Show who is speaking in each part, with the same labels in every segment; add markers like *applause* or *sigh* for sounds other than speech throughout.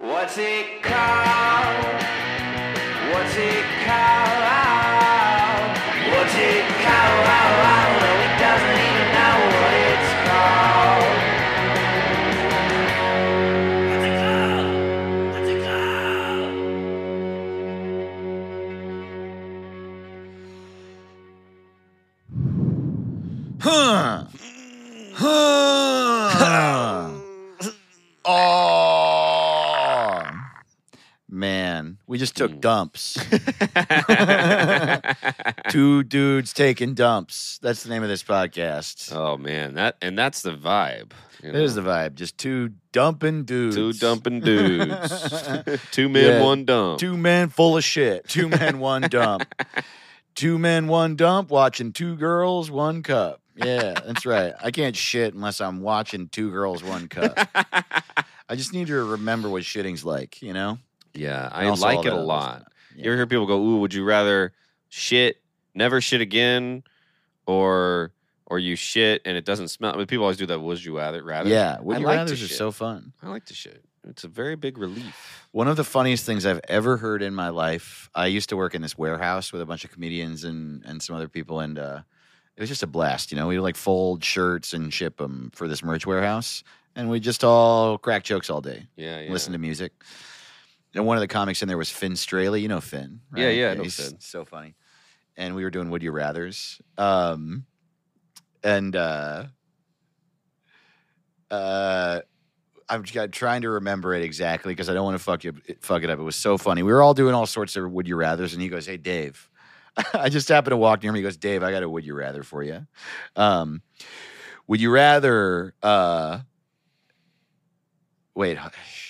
Speaker 1: What's it called? What's it called? What's it called? No, he doesn't even know what it's called. What's it called? What's it called?
Speaker 2: Huh. Huh. oh. Man, we just took
Speaker 3: *laughs*
Speaker 2: dumps. Two dudes taking dumps. That's the name of this podcast.
Speaker 3: oh man, that and that's the vibe. you
Speaker 2: There's
Speaker 3: know.
Speaker 2: the vibe. Just two dumping dudes.
Speaker 3: two
Speaker 2: *laughs*
Speaker 3: dumping dudes, two men,
Speaker 2: Yeah.
Speaker 3: one dump.
Speaker 2: Two men full of shit. Two men, one
Speaker 3: *laughs*
Speaker 2: dump. two men, one dump, watching two girls, one cup. Yeah, that's right. I can't shit unless I'm watching two girls,
Speaker 3: *laughs*
Speaker 2: one cup. I just need to remember what shitting's like, you know?
Speaker 3: yeah, I
Speaker 2: And also all
Speaker 3: like it a
Speaker 2: that other
Speaker 3: lot.
Speaker 2: stuff.
Speaker 3: You ever hear people go, "Ooh, would you rather shit, never shit again, or or you shit and it doesn't smell?" But people always do that. Would you rather? Rather?
Speaker 2: Yeah,
Speaker 3: I
Speaker 2: would you
Speaker 3: like
Speaker 2: rathers
Speaker 3: to
Speaker 2: are
Speaker 3: shit.
Speaker 2: so fun.
Speaker 3: I like to shit. It's a very big relief.
Speaker 2: One of the funniest things I've ever heard in my life. I used to work in this warehouse with a bunch of comedians and and some other people, and uh, it was just a blast. You know, we would, like fold shirts and ship them for this merch warehouse, and we just all crack jokes all day,
Speaker 3: Yeah, yeah.
Speaker 2: listen to music. And one of the comics in there was Finn Straley. You know Finn, right?
Speaker 3: Yeah, yeah, I know
Speaker 2: he's
Speaker 3: Finn.
Speaker 2: So funny. And we were doing Would You Rather's, um, and uh, uh, I'm just got- trying to remember it exactly because I don't want to fuck you fuck it up. It was so funny. We were all doing all sorts of would you rather's, and he goes, "Hey, Dave." *laughs* I just happened to walk near him. He goes, "Dave, I got a would you rather for you. Um, would you rather? Uh, wait. sh-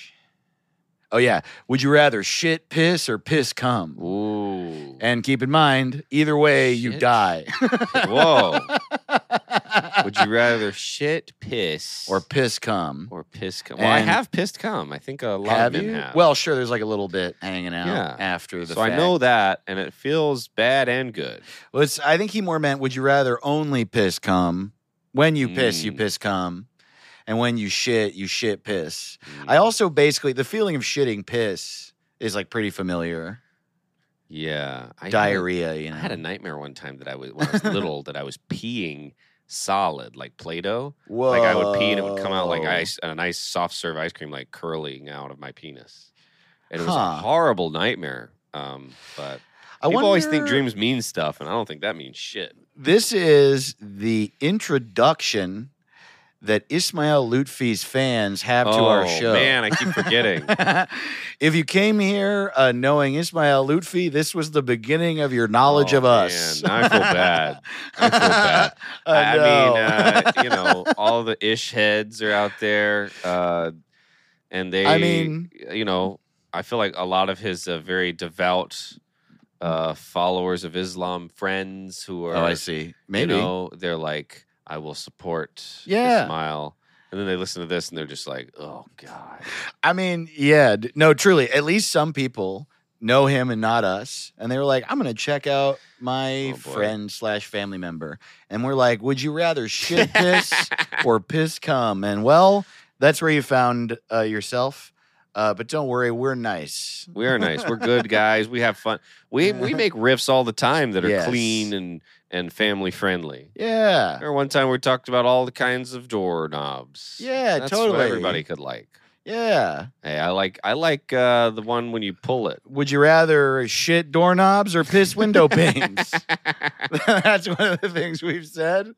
Speaker 2: Oh yeah. Would you rather shit piss or piss cum?
Speaker 3: Ooh.
Speaker 2: And keep in mind, either way, you
Speaker 3: Shit.
Speaker 2: die. *laughs*
Speaker 3: Whoa. *laughs* Would you rather shit, piss,
Speaker 2: or piss cum.
Speaker 3: or piss cum? Well, I
Speaker 2: And-
Speaker 3: have pissed cum. I think a lot
Speaker 2: have
Speaker 3: of men
Speaker 2: you?
Speaker 3: have.
Speaker 2: Well, sure. There's like a little bit hanging out
Speaker 3: Yeah.
Speaker 2: after the.
Speaker 3: so I
Speaker 2: fact.
Speaker 3: know that, and it feels bad and good.
Speaker 2: Well, it's, I think he more meant, would you rather only piss cum? When you piss, you
Speaker 3: Mm.
Speaker 2: piss cum. And when you shit, you shit piss.
Speaker 3: Mm.
Speaker 2: I also basically, the feeling of shitting piss is like pretty familiar.
Speaker 3: yeah, I had a-
Speaker 2: Diarrhea, you know.
Speaker 3: I had a nightmare one time that I was when I was little that I was peeing solid like Play-Doh.
Speaker 2: Whoa.
Speaker 3: Like I would pee and it would come out like
Speaker 2: Oh.
Speaker 3: ice, a nice soft serve ice cream like curling out of my penis. And it was
Speaker 2: Huh.
Speaker 3: a horrible nightmare. Um, but
Speaker 2: I
Speaker 3: people always think
Speaker 2: wonder-
Speaker 3: dreams mean stuff, and I don't think that means shit.
Speaker 2: This is the introduction that Ismail Lutfi's fans have to our show.
Speaker 3: Oh, man, I keep forgetting.
Speaker 2: *laughs* if you came here uh, knowing Ismail Lutfi, this was the beginning of your knowledge
Speaker 3: Oh,
Speaker 2: of us.
Speaker 3: man, I feel bad. I feel
Speaker 2: *laughs*
Speaker 3: bad. I, I mean, uh, you know, all the ish heads are out there, uh, and uh, they,
Speaker 2: *laughs* I mean-
Speaker 3: you know, I feel like a lot of his uh, very devout uh, followers of Islam friends who are,
Speaker 2: oh, I see.
Speaker 3: you
Speaker 2: Maybe.
Speaker 3: know, they're like, I will support,
Speaker 2: Yeah.
Speaker 3: smile, and then they listen to this and they're just like, oh god,
Speaker 2: I mean, yeah. d- No, truly, at least some people know him and not us. And they were like, I'm going to check out my
Speaker 3: Oh, boy.
Speaker 2: friend slash family member. And we're like, would you rather shit piss
Speaker 3: *laughs*
Speaker 2: or piss cum? And well, that's where you found uh, yourself. Uh, but don't worry, we're nice.
Speaker 3: we are nice, we're
Speaker 2: *laughs*
Speaker 3: good guys, we have fun, we we make riffs all the time that are
Speaker 2: Yes.
Speaker 3: clean and and family friendly.
Speaker 2: Yeah.
Speaker 3: Remember one time we talked about all the kinds of doorknobs.
Speaker 2: Yeah,
Speaker 3: That's
Speaker 2: totally.
Speaker 3: What everybody could like.
Speaker 2: Yeah.
Speaker 3: Hey, I like I like uh, the one when you pull it.
Speaker 2: Would you rather shit doorknobs or piss
Speaker 3: *laughs*
Speaker 2: window panes? *laughs* That's one of the things we've said.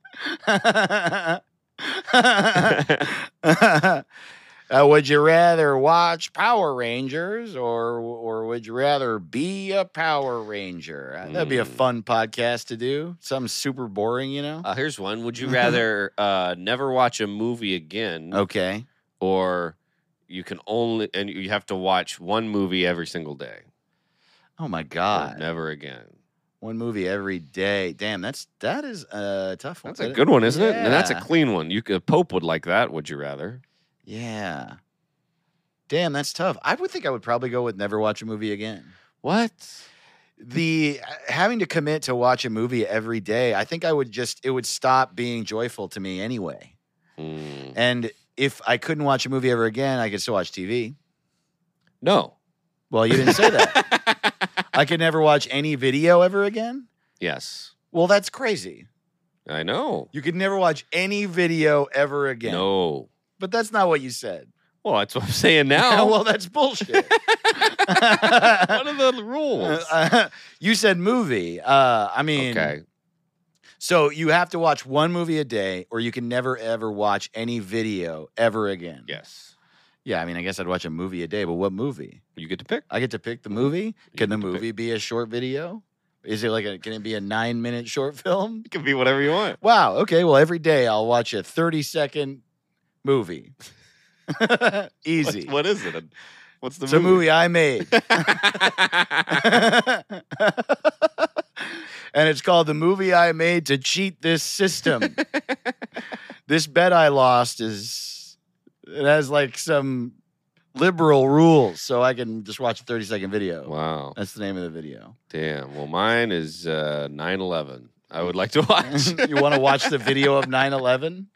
Speaker 2: *laughs* uh, would you rather watch Power Rangers or or would you rather be a Power Ranger? Uh, That'd be a
Speaker 3: Mm.
Speaker 2: fun podcast to do. Something super boring, you know?
Speaker 3: Uh, here's one. Would
Speaker 2: *laughs*
Speaker 3: you rather uh, never watch a movie again,
Speaker 2: okay.
Speaker 3: or you can only and you have to watch one movie every single day?
Speaker 2: Oh my
Speaker 3: or
Speaker 2: god.
Speaker 3: never again.
Speaker 2: One movie every day. Damn, that's that is a tough one.
Speaker 3: That's a good one, isn't it? And that's a
Speaker 2: Yeah.
Speaker 3: clean one. You could, Pope would like that. Would you rather?
Speaker 2: Yeah. Damn, that's tough. I would think I would probably go with never watch a movie again.
Speaker 3: What?
Speaker 2: The uh, having to commit to watch a movie every day, I think I would just it would stop being joyful to me anyway.
Speaker 3: Mm.
Speaker 2: And if I couldn't watch a movie ever again, I could still watch TV.
Speaker 3: No.
Speaker 2: Well, you didn't say *laughs* that. I could never watch any video ever again.
Speaker 3: yes.
Speaker 2: Well, that's crazy.
Speaker 3: I know.
Speaker 2: You could never watch any video ever again.
Speaker 3: No.
Speaker 2: But that's not what you said.
Speaker 3: Well, that's what I'm saying
Speaker 2: *laughs*
Speaker 3: now.
Speaker 2: well, that's
Speaker 3: *laughs*
Speaker 2: bullshit. *laughs*
Speaker 3: what are the rules?
Speaker 2: you said movie. Uh, I mean,
Speaker 3: okay.
Speaker 2: so you have to watch one movie a day, or you can never ever watch any video ever again.
Speaker 3: Yes.
Speaker 2: Yeah. I mean, I guess I'd watch a movie a day, but what movie?
Speaker 3: You get to pick.
Speaker 2: I get to pick the movie. Can the
Speaker 3: Mm-hmm. get to pick.
Speaker 2: movie be a short video? Is it like a? Can it be a nine-minute short *laughs* film?
Speaker 3: It *laughs* can be whatever you want.
Speaker 2: Wow. Okay. Well, every day I'll watch a 30 second movie. *laughs*
Speaker 3: *laughs* What-
Speaker 2: *laughs* Easy.
Speaker 3: what is it? And What's the
Speaker 2: it's a
Speaker 3: movie?
Speaker 2: movie I made. *laughs* and it's called The Movie I Made to Cheat This System. this bet I lost is, it has like some liberal rules. So I can just watch a 30 second video.
Speaker 3: *laughs* wow.
Speaker 2: That's the name of the video.
Speaker 3: Damn. Well, mine is uh, 9/11. I would
Speaker 2: *laughs*
Speaker 3: like to watch *laughs*
Speaker 2: you want to watch the video of 9 11?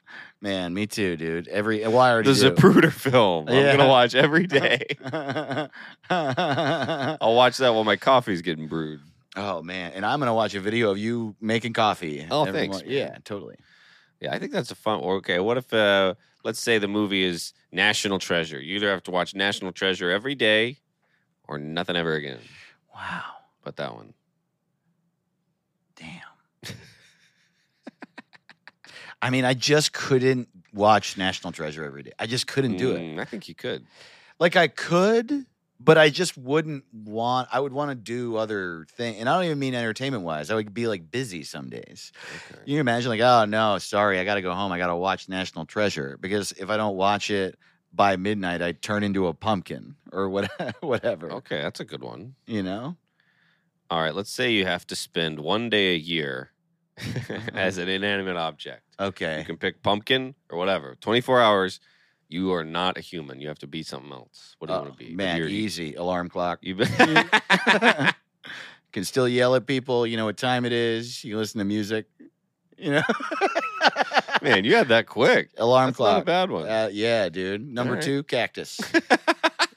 Speaker 2: Man, me too, dude. Every, well, I already
Speaker 3: the
Speaker 2: do.
Speaker 3: Zapruder film. I'm
Speaker 2: Yeah.
Speaker 3: gonna watch
Speaker 2: *laughs*
Speaker 3: every day.
Speaker 2: oh
Speaker 3: I'll watch that while my coffee's getting brewed.
Speaker 2: man, and I'm gonna watch a video of you making coffee.
Speaker 3: Oh,
Speaker 2: every
Speaker 3: thanks,
Speaker 2: morning.
Speaker 3: man.
Speaker 2: Yeah, totally.
Speaker 3: Yeah, I think that's a fun. or, Okay, what if uh, let's say the movie is National Treasure? You either have to watch National Treasure every day, or nothing ever again.
Speaker 2: Wow,
Speaker 3: But that one.
Speaker 2: damn. I mean, I just couldn't watch National Treasure every day. I just couldn't do it.
Speaker 3: Mm, I think you could.
Speaker 2: Like I could, but I just wouldn't want. I would want to do other thing, and I don't even mean entertainment wise. I would be like busy some days.
Speaker 3: Okay.
Speaker 2: You can imagine, like, oh no, sorry, I got to go home. I got to watch National Treasure because if I don't watch it by midnight, I turn into a pumpkin or *laughs* what, whatever.
Speaker 3: Okay, that's a good one.
Speaker 2: You know?
Speaker 3: All right, let's say you have to spend one day a year *laughs*
Speaker 2: Uh-huh.
Speaker 3: as an inanimate object. You
Speaker 2: Okay.
Speaker 3: can pick pumpkin or whatever. 24 hours, you are not a human. You have to be something else. What do you
Speaker 2: Oh,
Speaker 3: want to be?
Speaker 2: Man,
Speaker 3: You're-
Speaker 2: easy alarm clock. *laughs*
Speaker 3: You *laughs* be-
Speaker 2: Can still yell at people. You know what time it is. You listen to music. You know, *laughs*
Speaker 3: Man, you had that quick.
Speaker 2: alarm
Speaker 3: That's not a
Speaker 2: clock.
Speaker 3: bad one.
Speaker 2: Uh, yeah, dude. Number
Speaker 3: right.
Speaker 2: two,
Speaker 3: *laughs*
Speaker 2: cactus.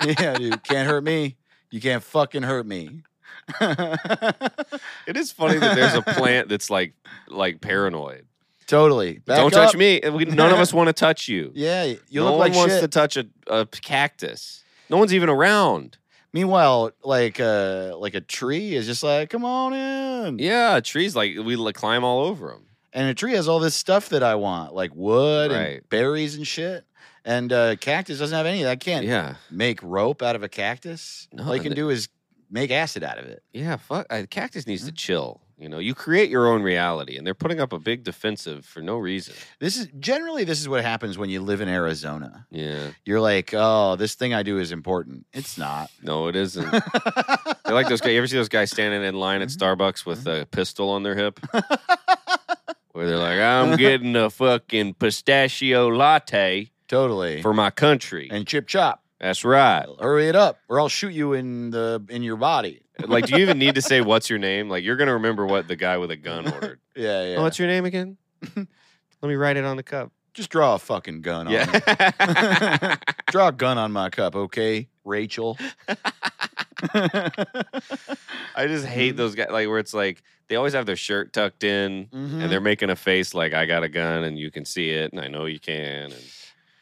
Speaker 2: yeah, dude. Can't hurt me. You can't fucking hurt me. *laughs*
Speaker 3: it is funny that there's a plant that's like like paranoid.
Speaker 2: Totally. Back
Speaker 3: Don't
Speaker 2: up.
Speaker 3: touch me. and We, none of us want to touch you.
Speaker 2: Yeah, y- *laughs* you
Speaker 3: no
Speaker 2: look
Speaker 3: one
Speaker 2: like
Speaker 3: wants
Speaker 2: shit.
Speaker 3: to touch a, a cactus. No one's even around.
Speaker 2: Meanwhile, like uh like a tree is just like, come on in.
Speaker 3: Yeah, trees like we like, climb all over them.
Speaker 2: And a tree has all this stuff that I want, like wood and
Speaker 3: Right.
Speaker 2: berries and shit. And uh cactus doesn't have any of that. I can't
Speaker 3: Yeah,
Speaker 2: make rope out of a cactus.
Speaker 3: No,
Speaker 2: all you can
Speaker 3: and
Speaker 2: do is make acid out of it.
Speaker 3: yeah. Fuck, a cactus needs to
Speaker 2: Mm-hmm.
Speaker 3: chill. You know, you create your own reality, and they're putting up a big defensive for no reason.
Speaker 2: This is generally this is what happens when you live in Arizona.
Speaker 3: Yeah,
Speaker 2: You're like, oh, this thing I do is important. It's not.
Speaker 3: no, it
Speaker 2: *laughs*
Speaker 3: isn't. They're like those guys. You ever see those guys standing in line
Speaker 2: Mm-hmm.
Speaker 3: at Starbucks with a pistol on their
Speaker 2: *laughs*
Speaker 3: hip? Where they're like, I'm getting a fucking pistachio latte
Speaker 2: totally.
Speaker 3: for my country.
Speaker 2: and chip chop.
Speaker 3: That's right.
Speaker 2: Hurry it up, or I'll shoot you in the in your body.
Speaker 3: Like, do you even need to say what's your name? Like, you're going to remember what the guy with a
Speaker 2: *laughs*
Speaker 3: gun ordered.
Speaker 2: Yeah, yeah.
Speaker 3: Oh, what's your name again? Let me write it on the cup.
Speaker 2: Just draw a fucking gun on it.
Speaker 3: Yeah.
Speaker 2: Draw a gun on my cup, okay, Rachel?
Speaker 3: *laughs*
Speaker 2: Mm-hmm.
Speaker 3: I just hate those guys. Like, where it's like they always have their shirt tucked in. And they're
Speaker 2: Mhm.
Speaker 3: making a face like I got a gun and you can see it and I know you can. And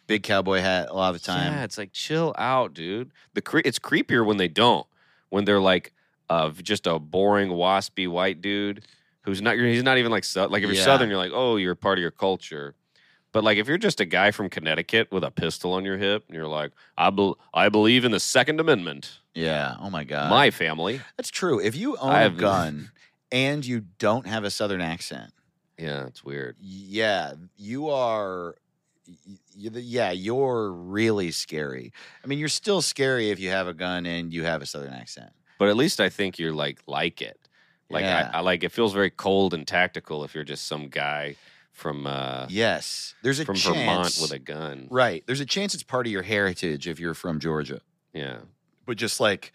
Speaker 2: Big cowboy hat a lot of the
Speaker 3: Yeah,
Speaker 2: time.
Speaker 3: it's like chill out, dude. The cre- it's creepier when they don't. When they're like of just a boring waspy white dude who's not you're- he's not even like sou- like if you're
Speaker 2: Yeah.
Speaker 3: southern you're like, "Oh, you're part of your culture." But like if you're just a guy from Connecticut with a pistol on your hip and you're like, "I bel I believe in the second amendment."
Speaker 2: Yeah. Oh my god.
Speaker 3: My family.
Speaker 2: That's true. If you own
Speaker 3: I
Speaker 2: a
Speaker 3: have-
Speaker 2: gun and you don't have a southern accent,
Speaker 3: Yeah, it's weird.
Speaker 2: yeah, you are. y- y- Yeah, you're really scary. I mean, you're still scary if you have a gun and you have a southern accent.
Speaker 3: But at least I think you're like like it. Like
Speaker 2: Yeah.
Speaker 3: I, I like it feels very cold and tactical if you're just some guy from uh
Speaker 2: Yes, there's a
Speaker 3: from
Speaker 2: chance.
Speaker 3: Vermont with a gun.
Speaker 2: right, there's a chance it's part of your heritage if you're from Georgia.
Speaker 3: Yeah.
Speaker 2: but just like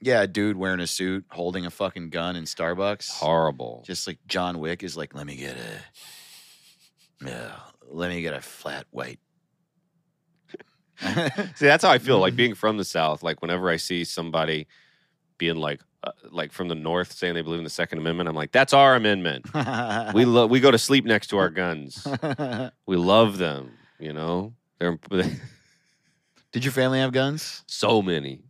Speaker 2: yeah a dude wearing a suit holding a fucking gun in starbucks
Speaker 3: Horrible.
Speaker 2: just like john wick is like let me get a yeah let me get a flat white
Speaker 3: See, that's how I feel. Like being from the South, like whenever I see somebody being like, uh, like from the North saying they believe in the Second Amendment, I'm like, that's our amendment.
Speaker 2: *laughs*
Speaker 3: We love. We go to sleep next to our guns. We love them. You know, they're
Speaker 2: Did your family have guns?
Speaker 3: *laughs* so many.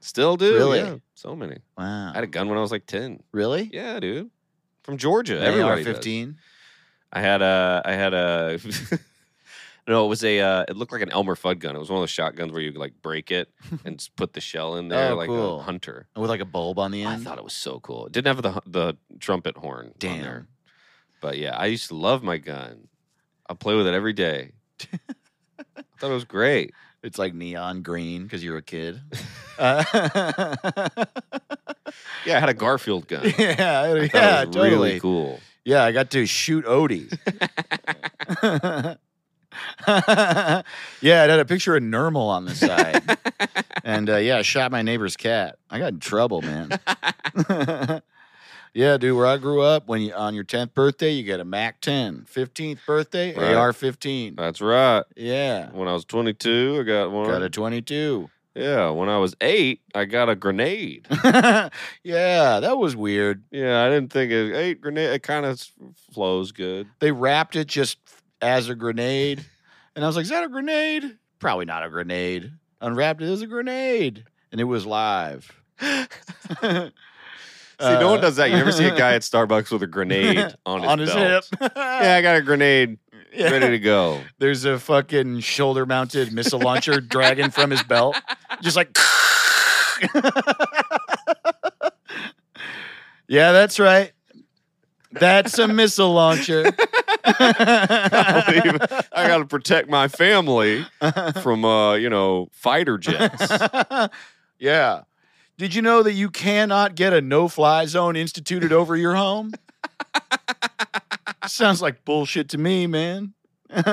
Speaker 3: Still do.
Speaker 2: Really?
Speaker 3: yeah, so many.
Speaker 2: Wow.
Speaker 3: I had a gun when I was like ten.
Speaker 2: really?
Speaker 3: Yeah, dude. From Georgia.
Speaker 2: An
Speaker 3: Everybody does.
Speaker 2: AR-15.
Speaker 3: I had a. I had a. *laughs* no, it was a. Uh, it looked like an Elmer Fudd gun. It was one of those shotguns where you could, like break
Speaker 2: *laughs*
Speaker 3: it and just put the shell in there
Speaker 2: Oh,
Speaker 3: like
Speaker 2: cool.
Speaker 3: a hunter.
Speaker 2: with like a bulb on the
Speaker 3: I
Speaker 2: end.
Speaker 3: thought it was so cool. It didn't have the hu- the trumpet horn on
Speaker 2: Damn.
Speaker 3: there, but yeah, I used to love my gun. I play with it every
Speaker 2: *laughs*
Speaker 3: day. I thought it was great.
Speaker 2: It's like neon green because you're
Speaker 3: *laughs*
Speaker 2: a kid. *laughs* Uh,
Speaker 3: Yeah, I had a Garfield
Speaker 2: *laughs*
Speaker 3: gun.
Speaker 2: yeah,
Speaker 3: I
Speaker 2: yeah,
Speaker 3: thought it was
Speaker 2: totally.
Speaker 3: really cool.
Speaker 2: Yeah, I got to shoot
Speaker 3: *laughs*
Speaker 2: Odie. *laughs* yeah, it had a picture of Nermal on the side,
Speaker 3: *laughs*
Speaker 2: and uh, yeah, I shot my neighbor's cat. I got in
Speaker 3: *laughs*
Speaker 2: trouble, man. *laughs* yeah, dude, where I grew up, when you on your tenth birthday, you get a Mac 10. 15th birthday,
Speaker 3: Right.
Speaker 2: AR fifteen.
Speaker 3: That's right.
Speaker 2: Yeah,
Speaker 3: When I was 22, I got one.
Speaker 2: got a twenty two.
Speaker 3: yeah, when I was eight, I got a grenade.
Speaker 2: *laughs* yeah, that was weird.
Speaker 3: Yeah, I didn't think it. Eight grenade. It kind of flows good.
Speaker 2: They wrapped it just as a grenade. And I was like, is that a grenade? Probably not a grenade. Unwrapped it as a grenade. And it was live.
Speaker 3: *laughs* see, no one
Speaker 2: Uh,
Speaker 3: does that. You never see
Speaker 2: *laughs*
Speaker 3: a guy at Starbucks with a grenade on his, belt.
Speaker 2: hip. *laughs*
Speaker 3: Yeah, I got a grenade
Speaker 2: Yeah.
Speaker 3: ready to
Speaker 2: *laughs*
Speaker 3: go.
Speaker 2: There's a fucking shoulder mounted missile launcher dragging from his belt. Just like. *laughs* yeah, that's right. That's a missile launcher.
Speaker 3: *laughs* I, believe it. I got to protect my
Speaker 2: *laughs*
Speaker 3: family from, uh, you know, fighter jets.
Speaker 2: *laughs* yeah. Did you know that you cannot get a no fly zone instituted over your home? Sounds like bullshit to me, man.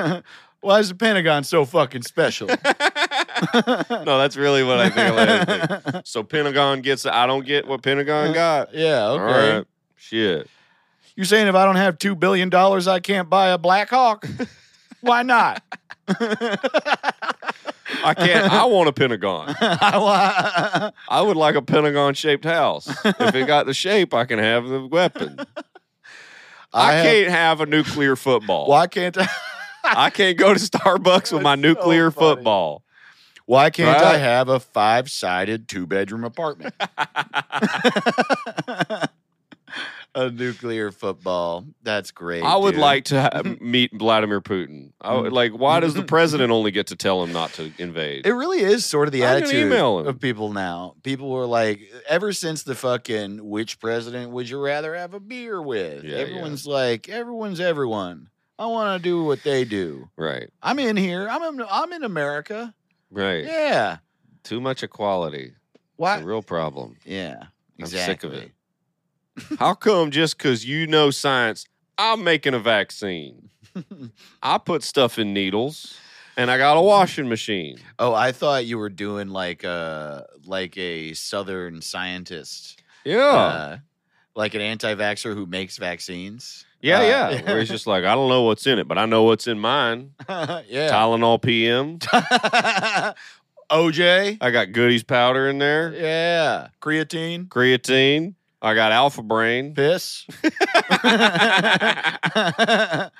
Speaker 2: *laughs* Why is the Pentagon so fucking special?
Speaker 3: no, that's really what I think. Of it. Like,
Speaker 2: *laughs*
Speaker 3: So Pentagon gets. I don't get what Pentagon got.
Speaker 2: yeah,
Speaker 3: All
Speaker 2: okay.
Speaker 3: right, shit.
Speaker 2: You're saying if I don't have $2 billion, I can't buy a Black Hawk? Why not? *laughs*
Speaker 3: I can't. I want a Pentagon.
Speaker 2: I wa-
Speaker 3: I would like a Pentagon shaped house. if it got the shape, I can have the
Speaker 2: *laughs*
Speaker 3: weapon. I,
Speaker 2: have-
Speaker 3: can't have a nuclear football.
Speaker 2: Why can't I?
Speaker 3: I can't go to Starbucks with my
Speaker 2: That's so
Speaker 3: nuclear
Speaker 2: funny.
Speaker 3: football.
Speaker 2: Why can't I
Speaker 3: Right.
Speaker 2: have a five sided two
Speaker 3: *laughs*
Speaker 2: bedroom apartment? a nuclear football. That's great.
Speaker 3: I would
Speaker 2: dude.
Speaker 3: like to
Speaker 2: *laughs*
Speaker 3: ha- meet Vladimir Putin. I would, like, why does the president only get to tell him not to invade?
Speaker 2: It really is sort of the
Speaker 3: I'm gonna
Speaker 2: attitude
Speaker 3: email him.
Speaker 2: of people now. People were like, ever since the fucking which president would you rather have a beer with?
Speaker 3: Yeah, yeah.
Speaker 2: everyone's like, everyone's everyone. I want to do what they do.
Speaker 3: right,
Speaker 2: I'm in here. I'm in, I'm in America.
Speaker 3: right.
Speaker 2: Yeah.
Speaker 3: Too much equality. It's
Speaker 2: Why?
Speaker 3: a real problem.
Speaker 2: Yeah.
Speaker 3: I'm
Speaker 2: Exactly.
Speaker 3: sick of it. How come just because you know science, I'm making a
Speaker 2: *laughs*
Speaker 3: vaccine? I put stuff in needles and I got a washing machine.
Speaker 2: Oh, I thought you were doing like a like a southern scientist,
Speaker 3: Yeah.
Speaker 2: uh, like an anti-vaxxer who makes vaccines. *laughs*
Speaker 3: yeah,
Speaker 2: uh,
Speaker 3: yeah. *laughs* Where he's just like, I don't know what's in it, but I know what's in mine.
Speaker 2: yeah.
Speaker 3: Tylenol PM.
Speaker 2: *laughs* OJ.
Speaker 3: I got goodies powder in there,
Speaker 2: Yeah. Creatine.
Speaker 3: creatine. I got alpha brain.
Speaker 2: Piss. *laughs* yeah,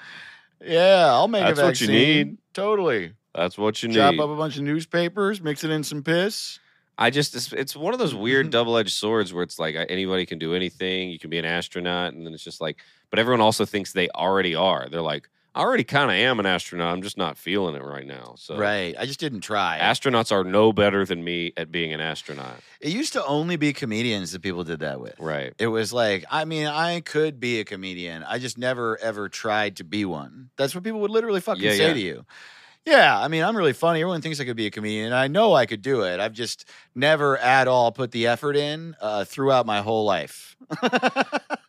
Speaker 2: I'll make
Speaker 3: That's
Speaker 2: a vaccine.
Speaker 3: what you need.
Speaker 2: Totally.
Speaker 3: That's what you
Speaker 2: Chop
Speaker 3: need.
Speaker 2: up a bunch of newspapers, mix it in some piss.
Speaker 3: I just, it's, it's one of those
Speaker 2: *laughs*
Speaker 3: weird double edged swords where it's like I- anybody can do anything. You can be an astronaut. And then it's just like, but everyone also thinks they already are. They're like, I already kind of am an astronaut. I'm just not feeling it right now. So
Speaker 2: Right. I just didn't try.
Speaker 3: astronauts are no better than me at being an astronaut.
Speaker 2: it used to only be comedians that people did that with.
Speaker 3: Right.
Speaker 2: It was like, I mean, I could be a comedian. I just never ever tried to be one. That's what people would literally fucking
Speaker 3: Yeah,
Speaker 2: say
Speaker 3: yeah.
Speaker 2: to you. Yeah, I mean, I'm really funny. Everyone thinks I could be a comedian. I know I could do it. I've just never at all put the effort in uh, throughout my whole life. *laughs*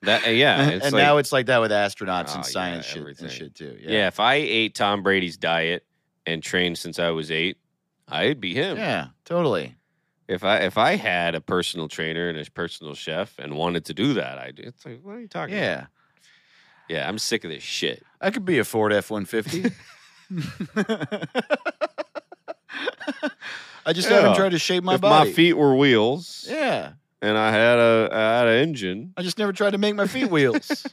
Speaker 3: That, yeah. It's
Speaker 2: and
Speaker 3: like,
Speaker 2: now it's like that with astronauts
Speaker 3: Oh, yeah,
Speaker 2: and science shit
Speaker 3: everything.
Speaker 2: and shit too.
Speaker 3: yeah. if I ate Tom Brady's diet and trained since I was eight, I'd be him.
Speaker 2: yeah, totally.
Speaker 3: If I if I had a personal trainer and a personal chef and wanted to do that, I would It's like, what are you talking? about?
Speaker 2: Yeah,
Speaker 3: yeah. I'm sick of this shit. *laughs*
Speaker 2: I could be a Ford F-150. *laughs* I just
Speaker 3: Yeah.
Speaker 2: haven't tried to shape my
Speaker 3: if
Speaker 2: body.
Speaker 3: my feet were wheels
Speaker 2: Yeah.
Speaker 3: and I had a I had an engine,
Speaker 2: I just never tried to make my feet
Speaker 3: *laughs*
Speaker 2: wheels.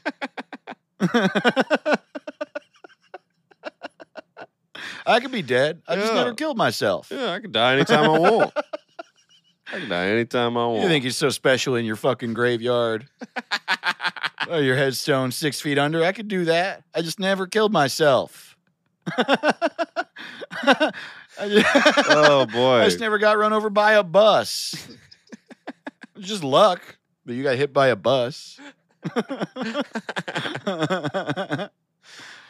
Speaker 2: I could be dead. I just
Speaker 3: Yeah.
Speaker 2: never killed myself.
Speaker 3: yeah, I could die anytime I
Speaker 2: *laughs*
Speaker 3: want. I could die anytime I want.
Speaker 2: You think you're so special in your
Speaker 3: *laughs*
Speaker 2: fucking graveyard? oh, your headstone six feet under. I could do that. I just never killed myself. *laughs* I just,
Speaker 3: oh
Speaker 2: *laughs* I
Speaker 3: boy.
Speaker 2: just never got run over by
Speaker 3: *laughs*
Speaker 2: a bus. It's just luck that you got hit by
Speaker 3: *laughs*
Speaker 2: a bus. *laughs*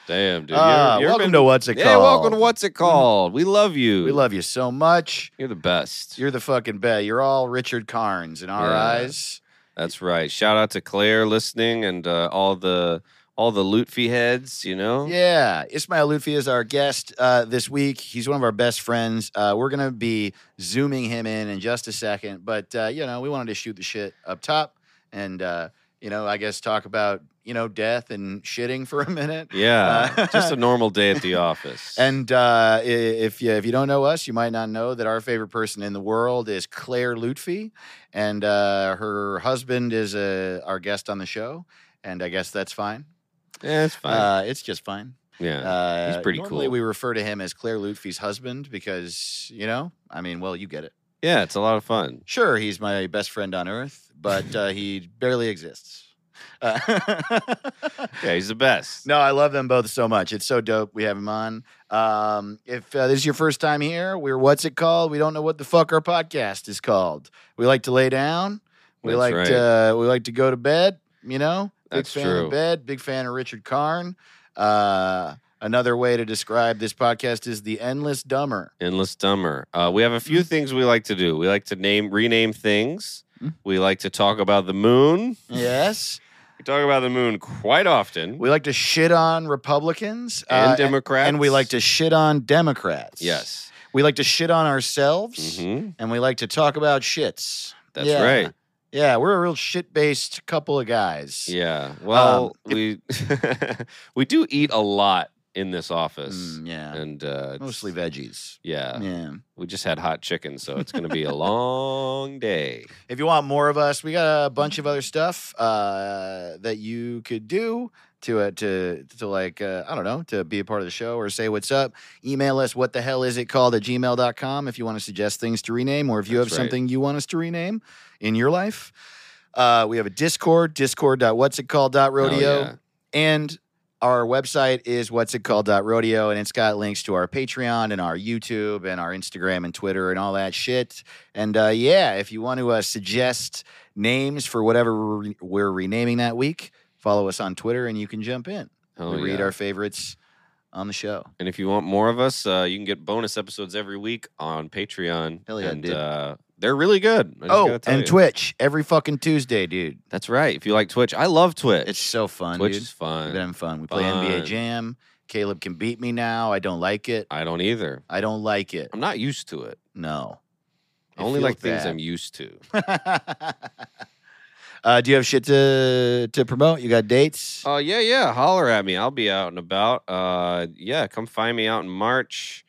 Speaker 3: Damn, dude. You
Speaker 2: Ah,
Speaker 3: ever- you ever
Speaker 2: welcome
Speaker 3: been-
Speaker 2: to what's it
Speaker 3: Yeah,
Speaker 2: called?
Speaker 3: welcome to What's It Called? We love you.
Speaker 2: We love you so much.
Speaker 3: You're the best.
Speaker 2: You're the fucking best. You're all Richard Carnes in our
Speaker 3: Yeah.
Speaker 2: eyes.
Speaker 3: That's right. Shout out to Claire listening and uh, all the all the Lutfi heads, you know?
Speaker 2: Yeah, Ismail Lutfi is our guest uh, this week. He's one of our best friends. Uh, we're gonna be zooming him in in just a second, but uh, you know we wanted to shoot the shit up top, and uh, you know I guess talk about you know death and shitting *laughs* for a minute.
Speaker 3: Yeah.
Speaker 2: *laughs* Uh,
Speaker 3: just a normal day at the office.
Speaker 2: And uh, i- if you if you don't know us, you might not know that our favorite person in the world is Claire Lutfi, and uh, her husband is uh, our guest on the show. And I guess that's fine.
Speaker 3: yeah, it's fine.
Speaker 2: Uh, it's just fine.
Speaker 3: yeah.
Speaker 2: Uh,
Speaker 3: pretty
Speaker 2: normally
Speaker 3: cool.
Speaker 2: We refer to him as Claire Lutfi's husband because you know, I mean, well, you get it.
Speaker 3: yeah, it's a lot of fun.
Speaker 2: Sure, he's my best friend on earth, but uh, he barely exists. Uh, *laughs*
Speaker 3: Yeah, he's the best.
Speaker 2: No, I love them both so much. It's so dope. We have them on. Um, if uh, this is your first time here, we're what's it called? We don't know what the fuck our podcast is called. We like to lay down. We uh,
Speaker 3: That's
Speaker 2: like
Speaker 3: right.
Speaker 2: to we like to go to bed. You know,
Speaker 3: That's
Speaker 2: big fan
Speaker 3: true.
Speaker 2: of bed. Big fan of Richard Karn. Uh, another way to describe this podcast is the endless dumber.
Speaker 3: Endless Dumber. Uh, we have a
Speaker 2: Mm-hmm.
Speaker 3: few things we like to do. We like to name rename things.
Speaker 2: Mm.
Speaker 3: We like to talk about the moon.
Speaker 2: Yes,
Speaker 3: We talk about the moon quite often.
Speaker 2: we like to shit on Republicans uh,
Speaker 3: and
Speaker 2: a-
Speaker 3: Democrats.
Speaker 2: and we like to shit on Democrats.
Speaker 3: Yes.
Speaker 2: we like to shit on ourselves,
Speaker 3: hmm
Speaker 2: and we like to talk about shits.
Speaker 3: That's
Speaker 2: Yeah.
Speaker 3: right.
Speaker 2: Yeah, we're a real shit based couple of guys.
Speaker 3: Yeah. Well, we *laughs* we do eat a lot in this office,
Speaker 2: Mm, yeah.
Speaker 3: and uh,
Speaker 2: Mostly
Speaker 3: it's-
Speaker 2: veggies.
Speaker 3: Yeah,
Speaker 2: Yeah.
Speaker 3: we just had hot chicken, so it's going to
Speaker 2: *laughs*
Speaker 3: be a long day.
Speaker 2: If you want more of us, we got a bunch of other stuff uh, that you could do to uh, to to like uh, I don't know to be a part of the show or say what's up. Email us what the hell is it called at gmail.com if you want to suggest things to rename or if you
Speaker 3: That's
Speaker 2: have
Speaker 3: right.
Speaker 2: something you want us to rename in your life. Uh, we have a Discord,
Speaker 3: Oh,
Speaker 2: discord.whatsitcalled.rodeo.
Speaker 3: yeah.
Speaker 2: And our website is what's it called dot rodeo, and it's got links to our Patreon and our YouTube and our Instagram and Twitter and all that shit. And uh, yeah, if you want to uh, suggest names for whatever we're- we're renaming that week, follow us on Twitter and you can jump in.
Speaker 3: Oh,
Speaker 2: we read
Speaker 3: yeah.
Speaker 2: our favorites on the show.
Speaker 3: And if you want more of us, uh, you can get bonus episodes every week on Patreon.
Speaker 2: Hell yeah,
Speaker 3: and
Speaker 2: dude.
Speaker 3: Uh, they're really good. I just
Speaker 2: Oh,
Speaker 3: gotta tell
Speaker 2: and
Speaker 3: you.
Speaker 2: Twitch every fucking Tuesday, dude.
Speaker 3: That's right. If you like Twitch, I love Twitch.
Speaker 2: It's so fun,
Speaker 3: Twitch
Speaker 2: dude.
Speaker 3: is fun.
Speaker 2: We've been having fun. We play NBA
Speaker 3: Fun.
Speaker 2: Jam. Caleb can beat me now. I don't like it.
Speaker 3: I don't either.
Speaker 2: I don't like it.
Speaker 3: I'm not used to it.
Speaker 2: No.
Speaker 3: I only
Speaker 2: feel
Speaker 3: like things
Speaker 2: that.
Speaker 3: I'm used to.
Speaker 2: *laughs* uh, do you have shit to to promote? You got dates?
Speaker 3: Uh, yeah, yeah. Holler at me. I'll be out and about. Uh, yeah, come find me out in March.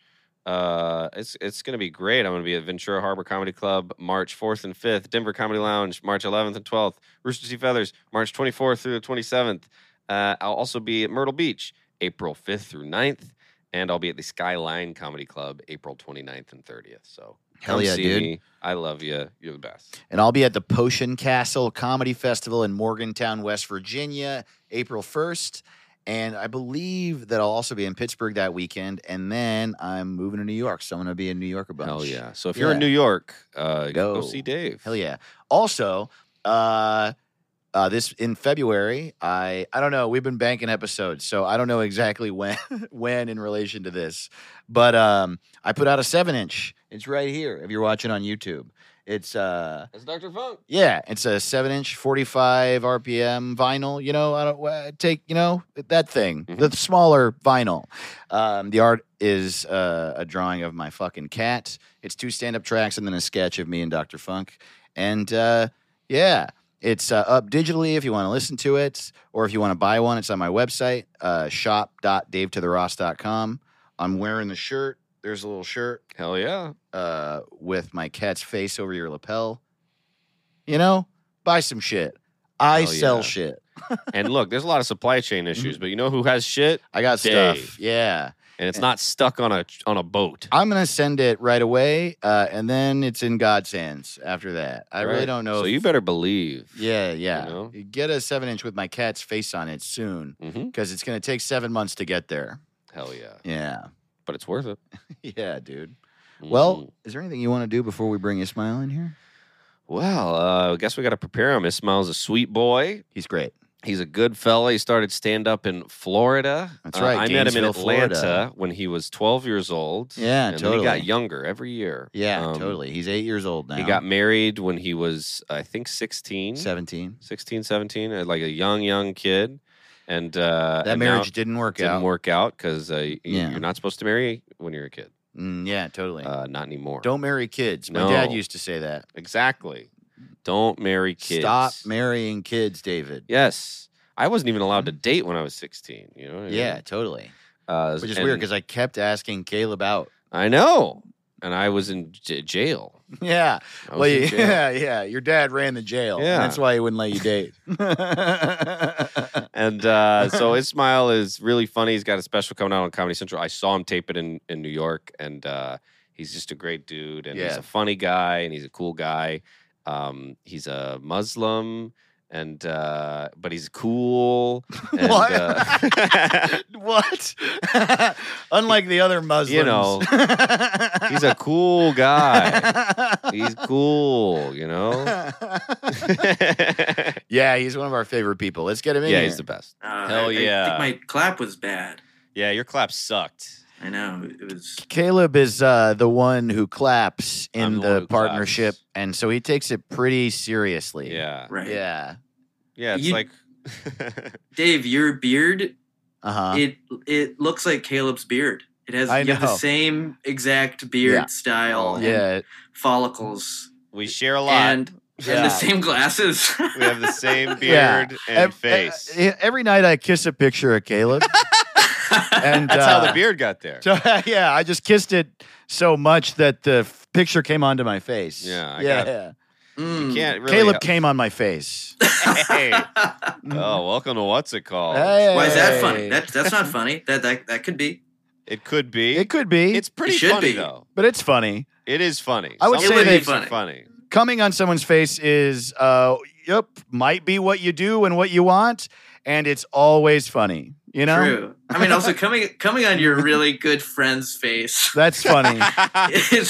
Speaker 3: Uh, it's it's gonna be great. I'm gonna be at Ventura Harbor Comedy Club March 4th and 5th, Denver Comedy Lounge March 11th and 12th, Rooster Teeth Feathers March 24th through the 27th. Uh, I'll also be at Myrtle Beach April 5th through 9th, and I'll be at the Skyline Comedy Club April 29th and 30th. So
Speaker 2: Hell
Speaker 3: come
Speaker 2: yeah,
Speaker 3: see
Speaker 2: dude.
Speaker 3: me. I love you. You're the best.
Speaker 2: And I'll be at the Potion Castle Comedy Festival in Morgantown, West Virginia, April 1st. And I believe that I'll also be in Pittsburgh that weekend. And then I'm moving to New York. So I'm going to be in New York a bunch.
Speaker 3: Hell yeah. So if you're
Speaker 2: Yeah.
Speaker 3: in New York, uh, go.
Speaker 2: Go.
Speaker 3: see Dave.
Speaker 2: Hell yeah. Also, uh, uh, this in February, I I don't know. We've been banking episodes, so I don't know exactly when *laughs* when in relation to this, but um, I put out a seven inch. It's right here if you're watching on YouTube. It's uh
Speaker 3: That's Dr. Funk.
Speaker 2: yeah, it's a seven inch, forty five RPM vinyl. You know, I don't uh, take you know that thing, the smaller vinyl. Um, the art is uh, a drawing of my fucking cat. It's two stand up tracks and then a sketch of me and Dr. Funk. And uh, yeah, it's uh, up digitally if you want to listen to it, or if you want to buy one, it's on my website, uh, shop.davetotheross.com. I'm wearing the shirt. There's a little shirt
Speaker 3: Hell yeah.
Speaker 2: uh, with my cat's face over your lapel. You know, buy some shit. I
Speaker 3: Hell
Speaker 2: sell
Speaker 3: yeah.
Speaker 2: shit.
Speaker 3: and look, there's a lot of supply
Speaker 2: Mm-hmm.
Speaker 3: chain issues, but you know who has shit?
Speaker 2: I got
Speaker 3: Dave.
Speaker 2: stuff. Yeah.
Speaker 3: And it's not stuck on a on a boat.
Speaker 2: I'm gonna send it right away, uh, and then it's in God's hands. After that, I really
Speaker 3: Right.
Speaker 2: don't know.
Speaker 3: So
Speaker 2: if-
Speaker 3: you better believe.
Speaker 2: yeah, yeah.
Speaker 3: know?
Speaker 2: Get a seven inch with my cat's face on it soon,
Speaker 3: hmm
Speaker 2: because it's gonna take seven months to get there.
Speaker 3: Hell yeah.
Speaker 2: Yeah, *laughs*
Speaker 3: But it's worth it.
Speaker 2: yeah, dude. Well,
Speaker 3: Mhm.
Speaker 2: is there anything you want to do before we bring Ismail in here?
Speaker 3: well, uh, I guess we got to prepare him. Ismail's a sweet boy.
Speaker 2: He's great.
Speaker 3: He's a good fella. He started stand up in Florida.
Speaker 2: That's
Speaker 3: Uh,
Speaker 2: right,
Speaker 3: I met him in
Speaker 2: Gainesville, Florida.
Speaker 3: Atlanta when he was 12 years old.
Speaker 2: Yeah,
Speaker 3: and then he got
Speaker 2: totally.
Speaker 3: younger every year.
Speaker 2: Yeah,
Speaker 3: Um,
Speaker 2: totally. He's eight years old now.
Speaker 3: He got married when he was, I think, 16.
Speaker 2: seventeen.
Speaker 3: 16, 17, uh, like a young, young kid. And uh,
Speaker 2: That
Speaker 3: and now
Speaker 2: marriage didn't work
Speaker 3: didn't
Speaker 2: out.
Speaker 3: work out because uh, y-
Speaker 2: Yeah.
Speaker 3: you're not supposed to marry when you're a kid.
Speaker 2: Mm, yeah, totally.
Speaker 3: Uh, not anymore.
Speaker 2: Don't marry kids. My
Speaker 3: No.
Speaker 2: dad used to say that.
Speaker 3: exactly. Don't marry kids.
Speaker 2: Stop marrying kids, David.
Speaker 3: Yes, I wasn't even allowed to date when I was 16. You know. what I mean?
Speaker 2: Mm-hmm. Yeah, totally.
Speaker 3: Uh,
Speaker 2: Which is
Speaker 3: and
Speaker 2: weird because I kept asking Caleb out. *laughs*
Speaker 3: I know, and I was in j- jail.
Speaker 2: Yeah.
Speaker 3: I was
Speaker 2: Well,
Speaker 3: in
Speaker 2: you-
Speaker 3: jail.
Speaker 2: yeah, yeah. Your dad ran the jail. and
Speaker 3: Yeah.
Speaker 2: that's why he wouldn't let you
Speaker 3: *laughs*
Speaker 2: date. *laughs*
Speaker 3: And
Speaker 4: *laughs*
Speaker 3: uh, so Ismail is really funny. He's got a special coming out on Comedy Central. I saw him tape it in, in New York, and uh, he's just a great dude. And he's
Speaker 2: Yeah.
Speaker 3: a funny guy, and he's a cool guy. Um, he's a Muslim, and uh, but he's
Speaker 4: *laughs*
Speaker 3: cool. And,
Speaker 2: What?
Speaker 3: Uh, *laughs*
Speaker 2: *laughs* what? Unlike the other Muslims.
Speaker 3: know, he's
Speaker 4: *laughs*
Speaker 3: a cool guy.
Speaker 2: *laughs*
Speaker 3: He's cool, you
Speaker 4: *laughs*
Speaker 3: know. yeah,
Speaker 2: yeah, he's one of our favorite people. Let's get him in here.
Speaker 3: he's the best.
Speaker 4: Uh,
Speaker 3: Hell
Speaker 4: I-
Speaker 3: yeah.
Speaker 4: I think my clap was bad.
Speaker 3: Yeah, your clap sucked.
Speaker 4: I know it was.
Speaker 2: Caleb is uh, the one who claps in
Speaker 3: I'm the one
Speaker 2: the
Speaker 3: who
Speaker 2: partnership,
Speaker 3: claps.
Speaker 2: and so he takes it pretty seriously.
Speaker 3: Yeah,
Speaker 4: Right,
Speaker 2: Uh, Yeah.
Speaker 3: yeah. It's
Speaker 4: You-
Speaker 3: like *laughs*
Speaker 4: Dave, your beard
Speaker 2: Uh huh.
Speaker 4: it it looks like Caleb's beard. It has
Speaker 2: I
Speaker 4: you have
Speaker 2: know.
Speaker 4: the same exact beard
Speaker 2: Yeah. Oh,
Speaker 4: style, and
Speaker 2: Yeah.
Speaker 4: follicles,
Speaker 3: we share a lot.
Speaker 4: and and
Speaker 2: Yeah.
Speaker 4: the same glasses. *laughs*
Speaker 3: We have the same
Speaker 2: *laughs* Yeah.
Speaker 3: beard and
Speaker 2: Ev-
Speaker 3: face.
Speaker 2: e- Every night I kiss a picture of
Speaker 3: *laughs*
Speaker 2: Caleb, and
Speaker 3: That's
Speaker 2: uh,
Speaker 3: how the beard got there.
Speaker 2: So, *laughs* yeah, I just kissed it so much that the f- picture came onto my face.
Speaker 3: Yeah, I
Speaker 2: yeah.
Speaker 3: got
Speaker 4: Mm.
Speaker 3: You can't really.
Speaker 2: Caleb came on my face.
Speaker 3: *laughs* Hey. *coughs* Oh, welcome to what's it called?
Speaker 2: Hey.
Speaker 4: Why is that funny?
Speaker 2: Hey.
Speaker 4: That that's
Speaker 2: *laughs*
Speaker 4: not funny. That that that could be.
Speaker 3: It could be.
Speaker 2: It could be,
Speaker 3: it's pretty
Speaker 4: It should
Speaker 3: funny
Speaker 4: be.
Speaker 3: though.
Speaker 2: but it's funny.
Speaker 3: It is funny.
Speaker 2: I would
Speaker 3: Some
Speaker 2: say
Speaker 3: of the
Speaker 2: that-
Speaker 3: things are funny.
Speaker 2: Coming on someone's face is, uh, yep, might be what you do and what you want, and it's always funny. You know,
Speaker 4: True. I mean, also coming coming on your really good friend's
Speaker 2: *laughs*
Speaker 4: face
Speaker 2: that's
Speaker 4: *laughs*
Speaker 2: funny.
Speaker 3: *laughs*
Speaker 4: is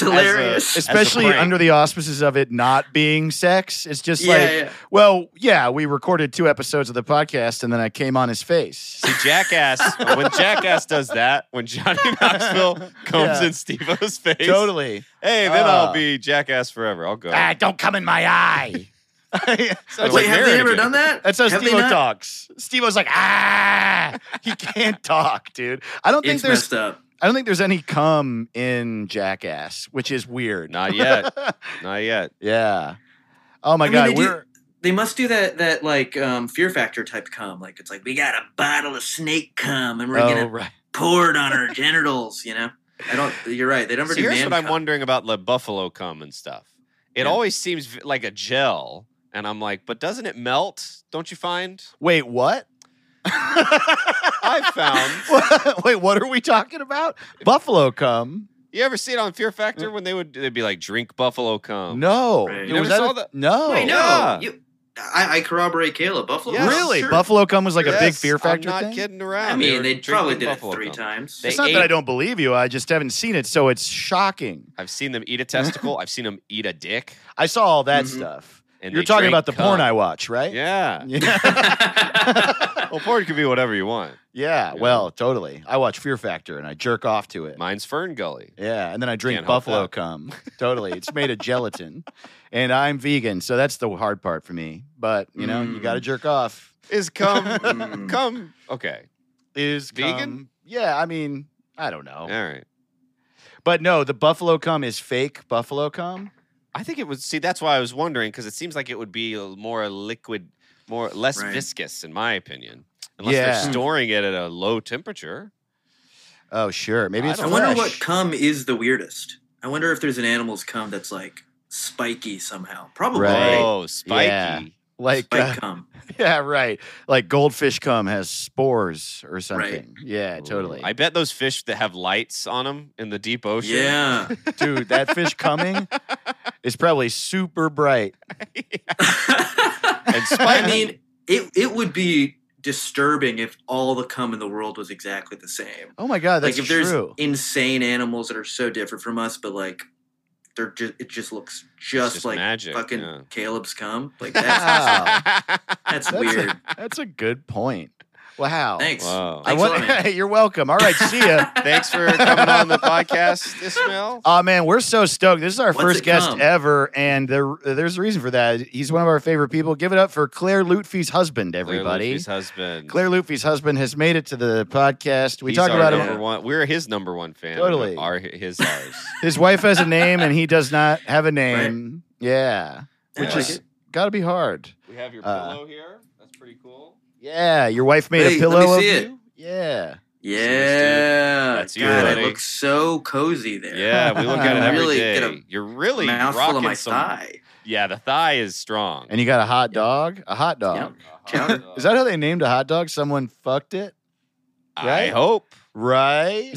Speaker 3: As
Speaker 4: hilarious.
Speaker 3: a
Speaker 2: Especially
Speaker 3: prank.
Speaker 2: under the auspices of it not being sex. It's just
Speaker 4: yeah,
Speaker 2: like,
Speaker 4: yeah.
Speaker 2: well, yeah, we recorded two episodes of the podcast and then I came on his
Speaker 4: *laughs*
Speaker 2: face.
Speaker 3: See, Jackass. when Jackass does that, when
Speaker 2: *laughs*
Speaker 3: Johnny Knoxville comes
Speaker 2: Yeah.
Speaker 3: in Steve-O's face,
Speaker 2: totally.
Speaker 3: Hey, then
Speaker 2: Ah.
Speaker 3: I'll be Jackass forever. I'll go.
Speaker 2: Ah, don't come in my
Speaker 4: *laughs*
Speaker 2: eye.
Speaker 3: Sounds like
Speaker 4: Wait, have they
Speaker 3: marriage.
Speaker 4: ever done that?
Speaker 2: That's how
Speaker 4: Have they
Speaker 2: Steve
Speaker 4: not?
Speaker 2: talks. Steve like, ah, he can't talk, dude. I don't think
Speaker 4: It's
Speaker 2: there's,
Speaker 4: messed up.
Speaker 2: I don't think there's any cum in Jackass, which is weird.
Speaker 3: Not yet. Not yet.
Speaker 2: *laughs* yeah. Oh my
Speaker 4: I mean,
Speaker 2: god,
Speaker 4: they do-
Speaker 2: we're
Speaker 4: They must do that that like um, Fear Factor type cum. Like it's like we got a bottle of snake cum and we're
Speaker 2: oh
Speaker 4: gonna
Speaker 2: right.
Speaker 4: pour it on our genitals. You know, I don't. You're right. They never
Speaker 3: So
Speaker 4: do
Speaker 3: here's
Speaker 4: man
Speaker 3: what I'm
Speaker 4: cum.
Speaker 3: wondering about the buffalo cum and stuff. It
Speaker 4: Yeah.
Speaker 3: always seems v- like a gel, and I'm like, but doesn't it melt? Don't you find?
Speaker 2: Wait, what? *laughs*
Speaker 3: I *laughs* found.
Speaker 2: Wait, what are we talking about? Buffalo cum?
Speaker 3: You ever see it on Fear Factor when they would? They'd be like, drink buffalo cum.
Speaker 2: No.
Speaker 3: Oh, You
Speaker 4: Right.
Speaker 2: Was
Speaker 3: never
Speaker 2: that
Speaker 3: saw
Speaker 2: a-
Speaker 3: that?
Speaker 2: No.
Speaker 4: Wait, no,
Speaker 3: Oh, Yeah.
Speaker 4: you, I, I corroborate Caleb. Buffalo.
Speaker 3: Yes.
Speaker 2: Really?
Speaker 4: Sure.
Speaker 2: Buffalo cum was like a big
Speaker 3: Yes,
Speaker 2: fear factor
Speaker 3: I'm not
Speaker 2: thing?
Speaker 3: kidding around.
Speaker 4: I mean,
Speaker 3: were
Speaker 4: they probably
Speaker 3: drinking
Speaker 4: did it
Speaker 3: buffalo
Speaker 4: three
Speaker 3: cum.
Speaker 4: times.
Speaker 3: They- *laughs*
Speaker 4: *laughs*
Speaker 2: it's not that I
Speaker 3: ate-
Speaker 2: don't believe you. I just haven't seen it, so it's shocking.
Speaker 3: I've seen them eat a testicle. I've seen them eat a dick.
Speaker 2: I saw all that
Speaker 4: Mhm.
Speaker 3: Mm-hmm.
Speaker 2: stuff.
Speaker 3: And
Speaker 2: You're
Speaker 3: they
Speaker 2: talking
Speaker 3: drank
Speaker 2: about the porn
Speaker 3: cum.
Speaker 2: I watch,
Speaker 3: *laughs*
Speaker 2: right?
Speaker 3: Yeah.
Speaker 2: *laughs* Yeah.
Speaker 3: Well, Oh, porn could be whatever you want.
Speaker 2: Yeah, Well, totally. I watch Fear Factor and I jerk off to it.
Speaker 3: Mine's Fern Gully.
Speaker 2: yeah, and then I drink
Speaker 3: Can't help
Speaker 2: buffalo
Speaker 3: that.
Speaker 2: cum. *laughs* Totally. It's made of gelatin. And I'm vegan, so that's the hard part for me. But, you know, you
Speaker 4: Mm.
Speaker 2: got to jerk off.
Speaker 3: Is *laughs* cum?
Speaker 4: Mm.
Speaker 3: cum? Okay.
Speaker 2: Is
Speaker 3: Vegan?
Speaker 2: cum- Yeah, I mean, I don't know.
Speaker 3: All right.
Speaker 2: But no, the buffalo cum is fake buffalo cum.
Speaker 3: I think it would see. That's why I was wondering because it seems like it would be a more liquid, more less
Speaker 4: Right.
Speaker 3: viscous, in my opinion. Unless
Speaker 2: Yeah.
Speaker 3: they're storing it at a low temperature.
Speaker 2: Oh, sure. Maybe
Speaker 3: I
Speaker 2: it's
Speaker 4: I
Speaker 3: don't
Speaker 2: fresh.
Speaker 4: wonder what cum is the weirdest. I wonder if there's an animal's cum that's like spiky somehow. Probably
Speaker 2: Right.
Speaker 3: Oh, spiky.
Speaker 2: Yeah. like
Speaker 4: spike
Speaker 2: uh, *laughs*
Speaker 4: cum.
Speaker 2: yeah, right. Like goldfish cum has spores or something. Yeah, totally.
Speaker 3: I *laughs* bet those fish that have lights on them in the deep ocean.
Speaker 4: Yeah.
Speaker 2: Dude, that fish coming is probably super bright.
Speaker 3: *laughs*
Speaker 4: *laughs* I
Speaker 3: And spiky. *laughs*
Speaker 4: mean, it it would be disturbing if all the cum in the world was exactly the same.
Speaker 2: Oh my god, that's
Speaker 4: like if there's
Speaker 2: true.
Speaker 4: insane animals that are so different from us, but like they're just it just looks
Speaker 3: It's
Speaker 4: just, like
Speaker 3: magic.
Speaker 4: fucking
Speaker 3: yeah.
Speaker 4: Caleb's cum.
Speaker 2: *laughs*
Speaker 4: Like that's
Speaker 2: Wow.
Speaker 4: that's
Speaker 2: That's
Speaker 4: *laughs* weird.
Speaker 2: A, that's a good point. Wow.
Speaker 4: Thanks.
Speaker 3: Wow.
Speaker 2: I
Speaker 4: Thanks
Speaker 2: want-
Speaker 4: a lot,
Speaker 2: *laughs*
Speaker 4: man.
Speaker 2: hey, you're welcome. All right, see
Speaker 4: *laughs*
Speaker 2: ya.
Speaker 3: Thanks *laughs* for coming on the podcast, Ismail.
Speaker 2: Oh man, we're so stoked. This is our
Speaker 4: What's
Speaker 2: first
Speaker 4: it
Speaker 2: guest
Speaker 4: come?
Speaker 2: ever, and there, there's a reason for that. He's one of our favorite people. Give it up for Claire Lutfi's husband, everybody.
Speaker 3: His husband.
Speaker 2: Claire Lutfi's husband has made it to the podcast. We
Speaker 3: He's
Speaker 2: talk
Speaker 3: our
Speaker 2: about
Speaker 3: number
Speaker 2: him.
Speaker 3: One. We're his number one fan.
Speaker 2: Totally.
Speaker 3: Our his ours.
Speaker 2: His wife has a name, and he does not
Speaker 4: *laughs*
Speaker 2: have a name. Yeah, which
Speaker 4: Yeah.
Speaker 2: is got to be hard.
Speaker 3: we have your
Speaker 2: Uh,
Speaker 3: pillow here. That's pretty cool.
Speaker 2: Yeah, your wife made
Speaker 4: Hey,
Speaker 2: a pillow
Speaker 4: let me
Speaker 2: of
Speaker 4: see it.
Speaker 2: you. Yeah,
Speaker 4: Yeah,
Speaker 3: That's you,
Speaker 4: God,
Speaker 3: buddy.
Speaker 4: it looks so cozy there.
Speaker 3: Yeah, we look at it
Speaker 2: I
Speaker 3: every
Speaker 4: really
Speaker 3: day.
Speaker 4: get a
Speaker 3: You're really
Speaker 4: mouthful
Speaker 3: rocking
Speaker 4: of my
Speaker 3: some,
Speaker 4: thigh.
Speaker 3: Yeah, the thigh is strong.
Speaker 2: and you got a hot dog. A hot
Speaker 4: *laughs*
Speaker 2: dog.
Speaker 4: Yeah.
Speaker 2: Is that how they named a hot dog? Someone fucked it,
Speaker 3: I
Speaker 2: right? *laughs*
Speaker 3: hope.
Speaker 4: *laughs*
Speaker 2: right?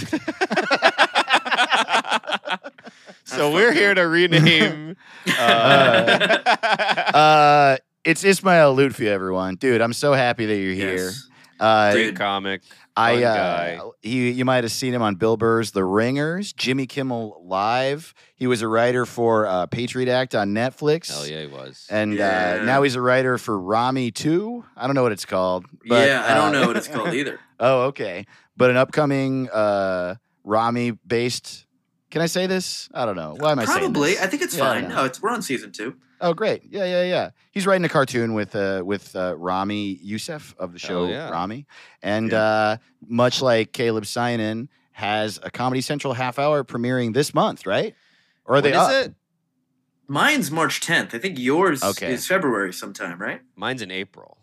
Speaker 3: so we're here to rename.
Speaker 4: *laughs*
Speaker 3: Uh, *laughs*
Speaker 2: uh, it's Ismail Lutfi, everyone. Dude, I'm so happy that you're here.
Speaker 4: Yes.
Speaker 2: Uh,
Speaker 3: great comic.
Speaker 2: I
Speaker 3: fun
Speaker 2: uh,
Speaker 3: guy.
Speaker 2: he you might have seen him on Bill Burr's The Ringers, Jimmy Kimmel Live. He was a writer for uh, Patriot Act on Netflix.
Speaker 3: Hell yeah, he was.
Speaker 2: And
Speaker 4: Yeah.
Speaker 2: uh, now he's a writer for Rami 2. I don't know what it's called. But,
Speaker 4: yeah, I don't
Speaker 2: uh,
Speaker 4: know what
Speaker 2: *laughs*
Speaker 4: it's called either.
Speaker 2: oh, okay. But an upcoming uh, Rami based. Can I say this? I don't know. Why am I saying
Speaker 4: Probably,
Speaker 2: this?
Speaker 4: I think it's
Speaker 2: Yeah, I
Speaker 4: fine.
Speaker 2: know.
Speaker 4: No, it's we're on season two.
Speaker 2: Oh, great! Yeah, yeah, yeah. He's writing a cartoon with uh, with uh, Rami Youssef of the show
Speaker 3: Hell yeah.
Speaker 2: Rami, and
Speaker 4: Yeah.
Speaker 2: uh, much like Caleb Sinan has a Comedy Central half hour premiering this month, right? Or are they
Speaker 3: When is
Speaker 2: up?
Speaker 3: it?
Speaker 4: Mine's March 10th. I think yours
Speaker 2: Okay.
Speaker 4: is February sometime, right?
Speaker 3: Mine's in April.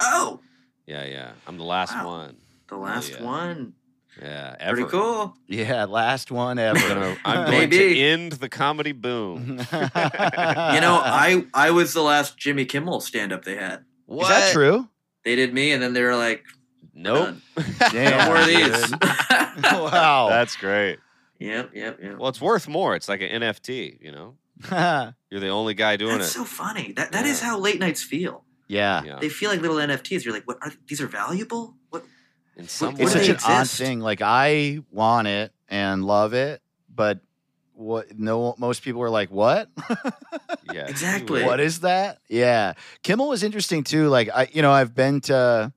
Speaker 4: Oh,
Speaker 3: Yeah, yeah. I'm the last
Speaker 4: Wow.
Speaker 3: one.
Speaker 2: Oh,
Speaker 4: the last
Speaker 3: yeah.
Speaker 4: one.
Speaker 3: Yeah, ever.
Speaker 4: Pretty cool.
Speaker 2: Yeah, last one ever.
Speaker 3: I'm,
Speaker 2: *laughs*
Speaker 3: gonna, I'm going to
Speaker 4: Maybe.
Speaker 3: end the comedy
Speaker 2: Mm-hmm.
Speaker 3: boom.
Speaker 4: You
Speaker 2: *laughs*
Speaker 4: know, I I was the last Jimmy Kimmel stand up they had.
Speaker 3: What?
Speaker 2: is that true?
Speaker 4: They did me, and then they were like,
Speaker 3: Nope. *laughs*
Speaker 4: "No
Speaker 2: Damn,
Speaker 4: more of
Speaker 2: dude. *laughs*
Speaker 4: these." *laughs*
Speaker 2: wow.
Speaker 3: That's great.
Speaker 4: yep, yep, yep.
Speaker 3: Well, it's worth more. It's like an NFT. You know, you're the only guy doing
Speaker 4: That's
Speaker 3: it. Oh.
Speaker 4: so funny. That that is
Speaker 3: Yeah.
Speaker 4: how late nights feel.
Speaker 2: *laughs* yeah.
Speaker 3: yeah.
Speaker 4: They feel like little NFTs. You're like, "What are these? Are valuable? What?
Speaker 3: In some
Speaker 4: What
Speaker 2: It's
Speaker 4: do
Speaker 2: such
Speaker 4: they
Speaker 2: an
Speaker 3: ways.
Speaker 2: odd
Speaker 4: exist?
Speaker 2: thing. Like I want it and love it, but what? No, most people are like, "What?
Speaker 3: Yeah, it's
Speaker 4: Exactly.
Speaker 3: weird.
Speaker 2: What is that? Yeah. Kimmel was interesting too. Like I you know, I've been to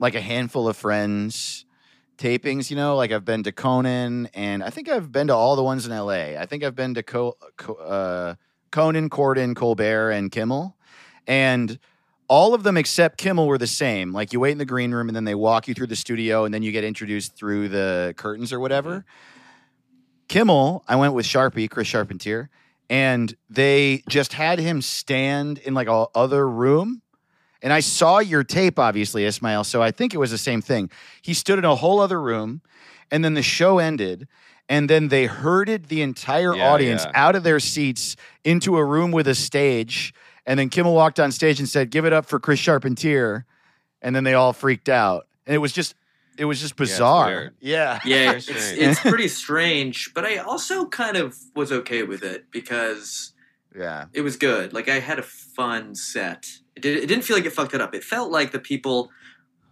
Speaker 2: like a handful of friends tapings, you know, like I've been to Conan and I think I've been to all the ones in LA. I think I've been to Co- Co- uh, Conan, Corden, Colbert and Kimmel. And all of them except Kimmel were the same. Like you wait in the green room and then they walk you through the studio and then you get introduced through the curtains or whatever. Kimmel, I went with Sharpie, Chris Charpentier, and they just had him stand in like a other room. And I saw your tape, obviously, Ismail. So I think it was the same thing. He stood in a whole other room, and then the show ended, and then they herded the entire
Speaker 3: Yeah,
Speaker 2: audience
Speaker 3: yeah.
Speaker 2: out of their seats into a room with a stage. And then Kimmel walked on stage and said, "Give it up for Chris Charpentier," and then they all freaked out. And it was just, it was just
Speaker 3: it's
Speaker 2: bizarre.
Speaker 3: weird.
Speaker 2: Yeah,
Speaker 4: yeah,
Speaker 3: Very
Speaker 4: *laughs* it's,
Speaker 3: strange.
Speaker 2: *laughs*
Speaker 4: it's pretty strange, but I also kind of was okay with it because
Speaker 2: yeah.
Speaker 4: it was good. Like I had a fun set. It, did, it didn't feel like it fucked it up. It felt like the people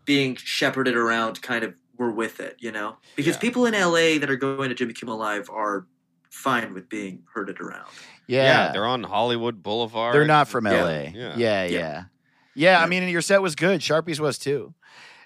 Speaker 4: being shepherded around kind of were with it, you know? Because
Speaker 3: Yeah.
Speaker 4: people in LA that are going to Jimmy Kimmel Live are fine with being herded around.
Speaker 2: Yeah.
Speaker 3: Yeah. they're on Hollywood Boulevard.
Speaker 2: They're not from LA.
Speaker 4: Yeah,
Speaker 2: Yeah, yeah.
Speaker 3: yeah.
Speaker 2: Yeah,
Speaker 4: Yeah.
Speaker 2: I mean, and your set was good. Sharpie's was too.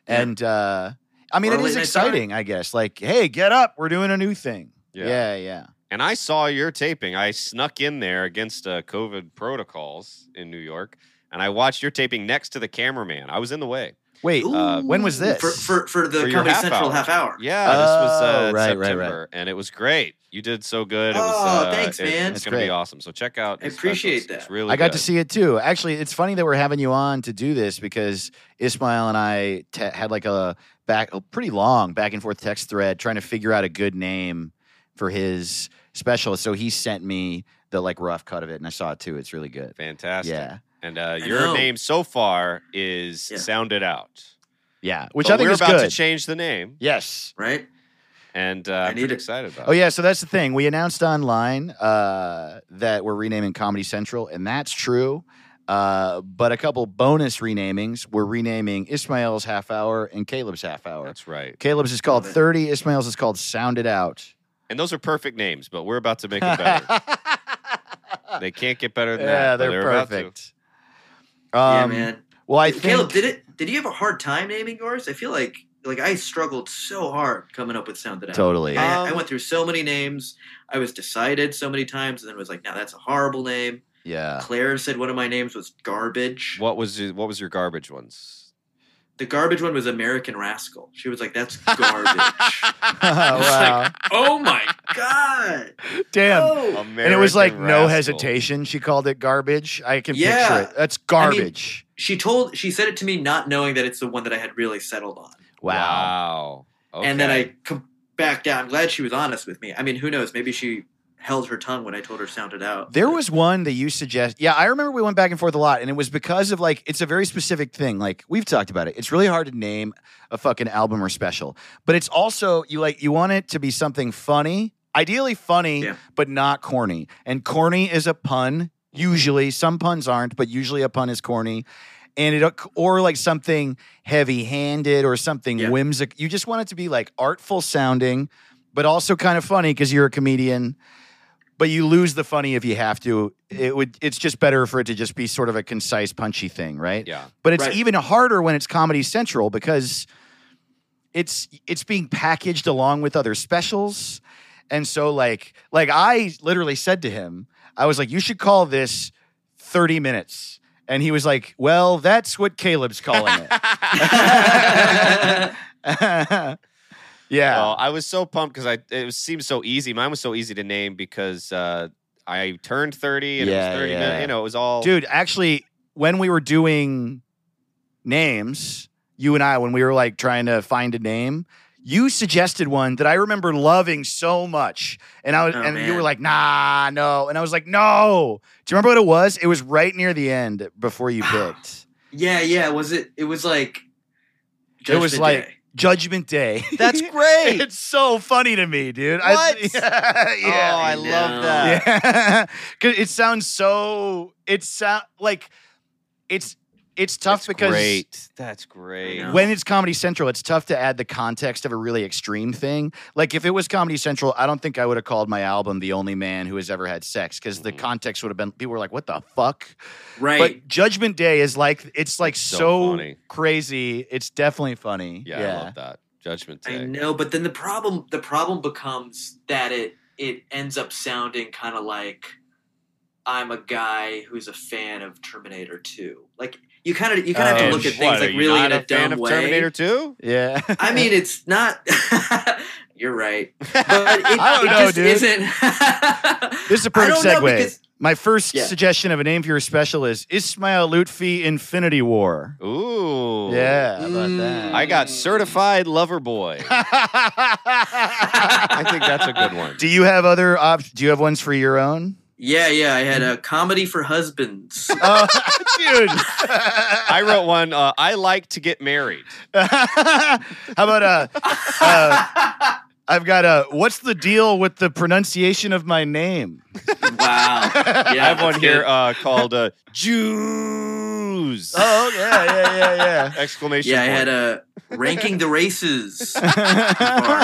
Speaker 4: Yeah.
Speaker 2: And uh I mean,
Speaker 4: Or
Speaker 2: it
Speaker 4: late
Speaker 2: is
Speaker 4: night
Speaker 2: exciting, I guess. Like, hey, get up. We're doing a new thing.
Speaker 3: Yeah.
Speaker 2: Yeah, yeah.
Speaker 3: And I saw your taping. I snuck in there against uh, COVID protocols in New York, and I watched your taping next to the cameraman. I was in the way.
Speaker 2: Wait,
Speaker 4: Ooh,
Speaker 3: uh,
Speaker 2: when was this?
Speaker 4: For for, for the
Speaker 3: For your
Speaker 4: Comedy
Speaker 3: half
Speaker 4: Central
Speaker 3: hour.
Speaker 4: half hour.
Speaker 3: Yeah, this was uh,
Speaker 2: Oh, right, right, right.
Speaker 3: September, and it was great. You did so good. It
Speaker 4: Oh,
Speaker 3: was, uh,
Speaker 4: thanks,
Speaker 3: it-
Speaker 4: man.
Speaker 2: That's
Speaker 3: It's gonna
Speaker 2: great.
Speaker 3: be awesome. So check out.
Speaker 4: I
Speaker 3: his
Speaker 4: appreciate
Speaker 3: specials. It's
Speaker 4: that.
Speaker 3: really,
Speaker 2: I got
Speaker 3: good.
Speaker 2: to see it too. Actually, it's funny that we're having you on to do this because Ismail and I te- had like a back a pretty long back and forth text thread trying to figure out a good name for his special. So he sent me the like rough cut of it, and I saw it too. It's really good.
Speaker 3: Fantastic.
Speaker 2: Yeah,
Speaker 3: And uh,
Speaker 4: I
Speaker 3: your
Speaker 4: know.
Speaker 3: name so far is
Speaker 4: Yeah.
Speaker 3: Sound It Out,
Speaker 2: yeah, which
Speaker 3: But
Speaker 2: I think
Speaker 3: we're
Speaker 2: is
Speaker 3: about
Speaker 2: good.
Speaker 3: to change the name,
Speaker 2: yes,
Speaker 4: Right.
Speaker 3: and uh,
Speaker 4: I
Speaker 3: I'm
Speaker 4: need
Speaker 3: pretty
Speaker 4: it.
Speaker 3: excited about.
Speaker 2: Oh yeah, so that's the thing. We announced online uh, that we're renaming Comedy Central, and that's true. Uh, but a couple bonus renamings. We're renaming Ismail's half hour and Caleb's half
Speaker 3: it.
Speaker 2: hour.
Speaker 3: That's right.
Speaker 2: Caleb's is called
Speaker 4: Love it.
Speaker 2: Thirty. Ismail's is called Sound It Out.
Speaker 3: And those are perfect names, but we're about to make it
Speaker 2: *laughs*
Speaker 3: better. they can't get better than that.
Speaker 2: yeah,
Speaker 3: but
Speaker 2: they're
Speaker 3: about to.
Speaker 2: perfect.
Speaker 4: yeah,
Speaker 2: Um,
Speaker 4: man.
Speaker 2: Well, I
Speaker 4: Dude,
Speaker 2: think
Speaker 4: Caleb, did it? Did you have a hard time naming yours? I feel like like I struggled so hard coming up with sound that out.
Speaker 2: totally.
Speaker 4: I, I
Speaker 3: Um,
Speaker 4: went through so many names. I was decided so many times, and then was like, "No, that's a horrible name." *laughs*
Speaker 2: yeah.
Speaker 4: Claire said one of my names was garbage.
Speaker 3: What was your, what was your garbage ones?
Speaker 4: The garbage one was American Rascal. She was like,
Speaker 2: *laughs*
Speaker 4: "That's garbage."
Speaker 2: wow.
Speaker 4: oh my god!
Speaker 2: Damn.
Speaker 4: Oh.
Speaker 2: and it was like
Speaker 3: American
Speaker 2: no
Speaker 3: Rascal.
Speaker 2: hesitation. She called it garbage. I can
Speaker 4: Yeah.
Speaker 2: picture it. That's garbage.
Speaker 4: she told she said it to me not knowing that it's the one that I had really settled on.
Speaker 2: wow.
Speaker 3: Wow.
Speaker 4: And then
Speaker 3: Okay.
Speaker 4: *laughs* I com- backed out. I'm glad she was honest with me. I mean, who knows? Maybe she held her tongue when I told her sounded out.
Speaker 2: There was one that you suggest. Yeah, I remember we went back and forth a lot, and it was because of like it's a very specific thing. Like we've talked about it. It's really hard to name a fucking album or special, but it's also you like you want it to be something funny, ideally funny,
Speaker 4: Yeah.
Speaker 2: but not corny. And corny is a pun. Usually, some puns aren't, but usually a pun is corny. And it or like something heavy-handed or something
Speaker 4: Yeah.
Speaker 2: whimsical. You just want it to be like artful sounding, but also kind of funny because you're a comedian but you lose the funny if you have to. It would. It's just better for it to just be sort of a concise, punchy thing, right?
Speaker 3: yeah.
Speaker 2: But it's
Speaker 4: Right.
Speaker 2: even harder when it's Comedy Central because it's it's being packaged along with other specials, and so like like I literally said to him, I was like, you should call this thirty minutes, and he was like, well, that's what Caleb's calling it. *laughs*
Speaker 4: *laughs*
Speaker 2: yeah.
Speaker 3: Well, I was so pumped because I it was, seemed so easy. Mine was so easy to name because uh, I turned thirty and it
Speaker 2: Yeah,
Speaker 3: was thirty.
Speaker 2: yeah.
Speaker 3: You know, it was all
Speaker 2: dude actually when we were doing names you and i when we were like trying to find a name you suggested one that i remember loving so much and i was
Speaker 4: Oh,
Speaker 2: and you
Speaker 4: man.
Speaker 2: were like nah no and i was like no do you remember what it was it was right near the end before you picked
Speaker 4: yeah, yeah. Was it? It was like.
Speaker 2: It was
Speaker 4: Judgment
Speaker 2: like-
Speaker 4: Day.
Speaker 2: judgment day *laughs*
Speaker 3: That's great.
Speaker 2: it's so funny to me dude I-
Speaker 3: What?
Speaker 2: *laughs* yeah,
Speaker 3: Oh, I
Speaker 4: I
Speaker 3: love
Speaker 4: know.
Speaker 3: that.
Speaker 2: yeah. *laughs* 'Cause it sounds so it sound like it's it's tough
Speaker 3: That's
Speaker 2: because
Speaker 3: great. That's great.
Speaker 4: I know.
Speaker 2: when it's Comedy Central, it's tough to add the context of a really extreme thing. Like if it was Comedy Central, I don't think I would have called my album "The Only Man Who Has Ever Had Sex" because the
Speaker 3: Mhm.
Speaker 2: context would have been people were like, "What the fuck?"
Speaker 4: right.
Speaker 2: But Judgment Day is like it's like
Speaker 3: It's
Speaker 2: so,
Speaker 3: so funny.
Speaker 2: crazy. It's definitely funny.
Speaker 3: Yeah, I love that. Judgment
Speaker 4: I
Speaker 3: Day.
Speaker 4: know, but then the problem the problem becomes that it it ends up sounding kind of like I'm a guy who's a fan of Terminator 2. Like you kind of you kind of have
Speaker 2: Um,
Speaker 4: to look at
Speaker 3: Oh, what,
Speaker 4: things
Speaker 3: are
Speaker 4: like
Speaker 3: you
Speaker 4: really
Speaker 3: not
Speaker 4: in a,
Speaker 3: a fan
Speaker 4: dumb
Speaker 3: of
Speaker 4: way.
Speaker 3: Terminator Two.
Speaker 2: yeah. *laughs*
Speaker 4: I mean, it's not. *laughs* you're
Speaker 3: *laughs*
Speaker 4: right, but it,
Speaker 2: I don't
Speaker 4: it
Speaker 2: know,
Speaker 4: just
Speaker 2: dude.
Speaker 4: isn't. *laughs*
Speaker 2: This is a
Speaker 4: I
Speaker 2: perfect
Speaker 4: don't know
Speaker 2: segue.
Speaker 4: because
Speaker 2: my first
Speaker 4: Yeah.
Speaker 2: suggestion of a name for your special is Ismail Lutfi Infinity War.
Speaker 3: Ooh.
Speaker 2: Yeah, how about
Speaker 4: Mm.
Speaker 2: that.
Speaker 3: I got certified lover boy. *laughs*
Speaker 2: *laughs*
Speaker 3: I think that's a good one.
Speaker 2: Do you have other op- Do you have ones for your own?
Speaker 4: *laughs* yeah, yeah, I had
Speaker 3: Mm.
Speaker 4: a comedy for husbands.
Speaker 2: Oh, dude.
Speaker 3: *laughs* I wrote one. Uh, I like to get married.
Speaker 2: *laughs* How about uh, Uh, I've got a. What's the deal with the pronunciation of my name?
Speaker 4: *laughs* wow. Yeah,
Speaker 3: *laughs* I have one
Speaker 4: that's
Speaker 3: here uh,
Speaker 4: good.
Speaker 3: called uh, *laughs* Jews!
Speaker 2: Oh yeah, yeah,
Speaker 3: Exclamation
Speaker 4: Yeah, I had
Speaker 3: point.
Speaker 4: a ranking the
Speaker 2: *laughs*
Speaker 4: races.
Speaker 2: yeah,
Speaker 3: *laughs*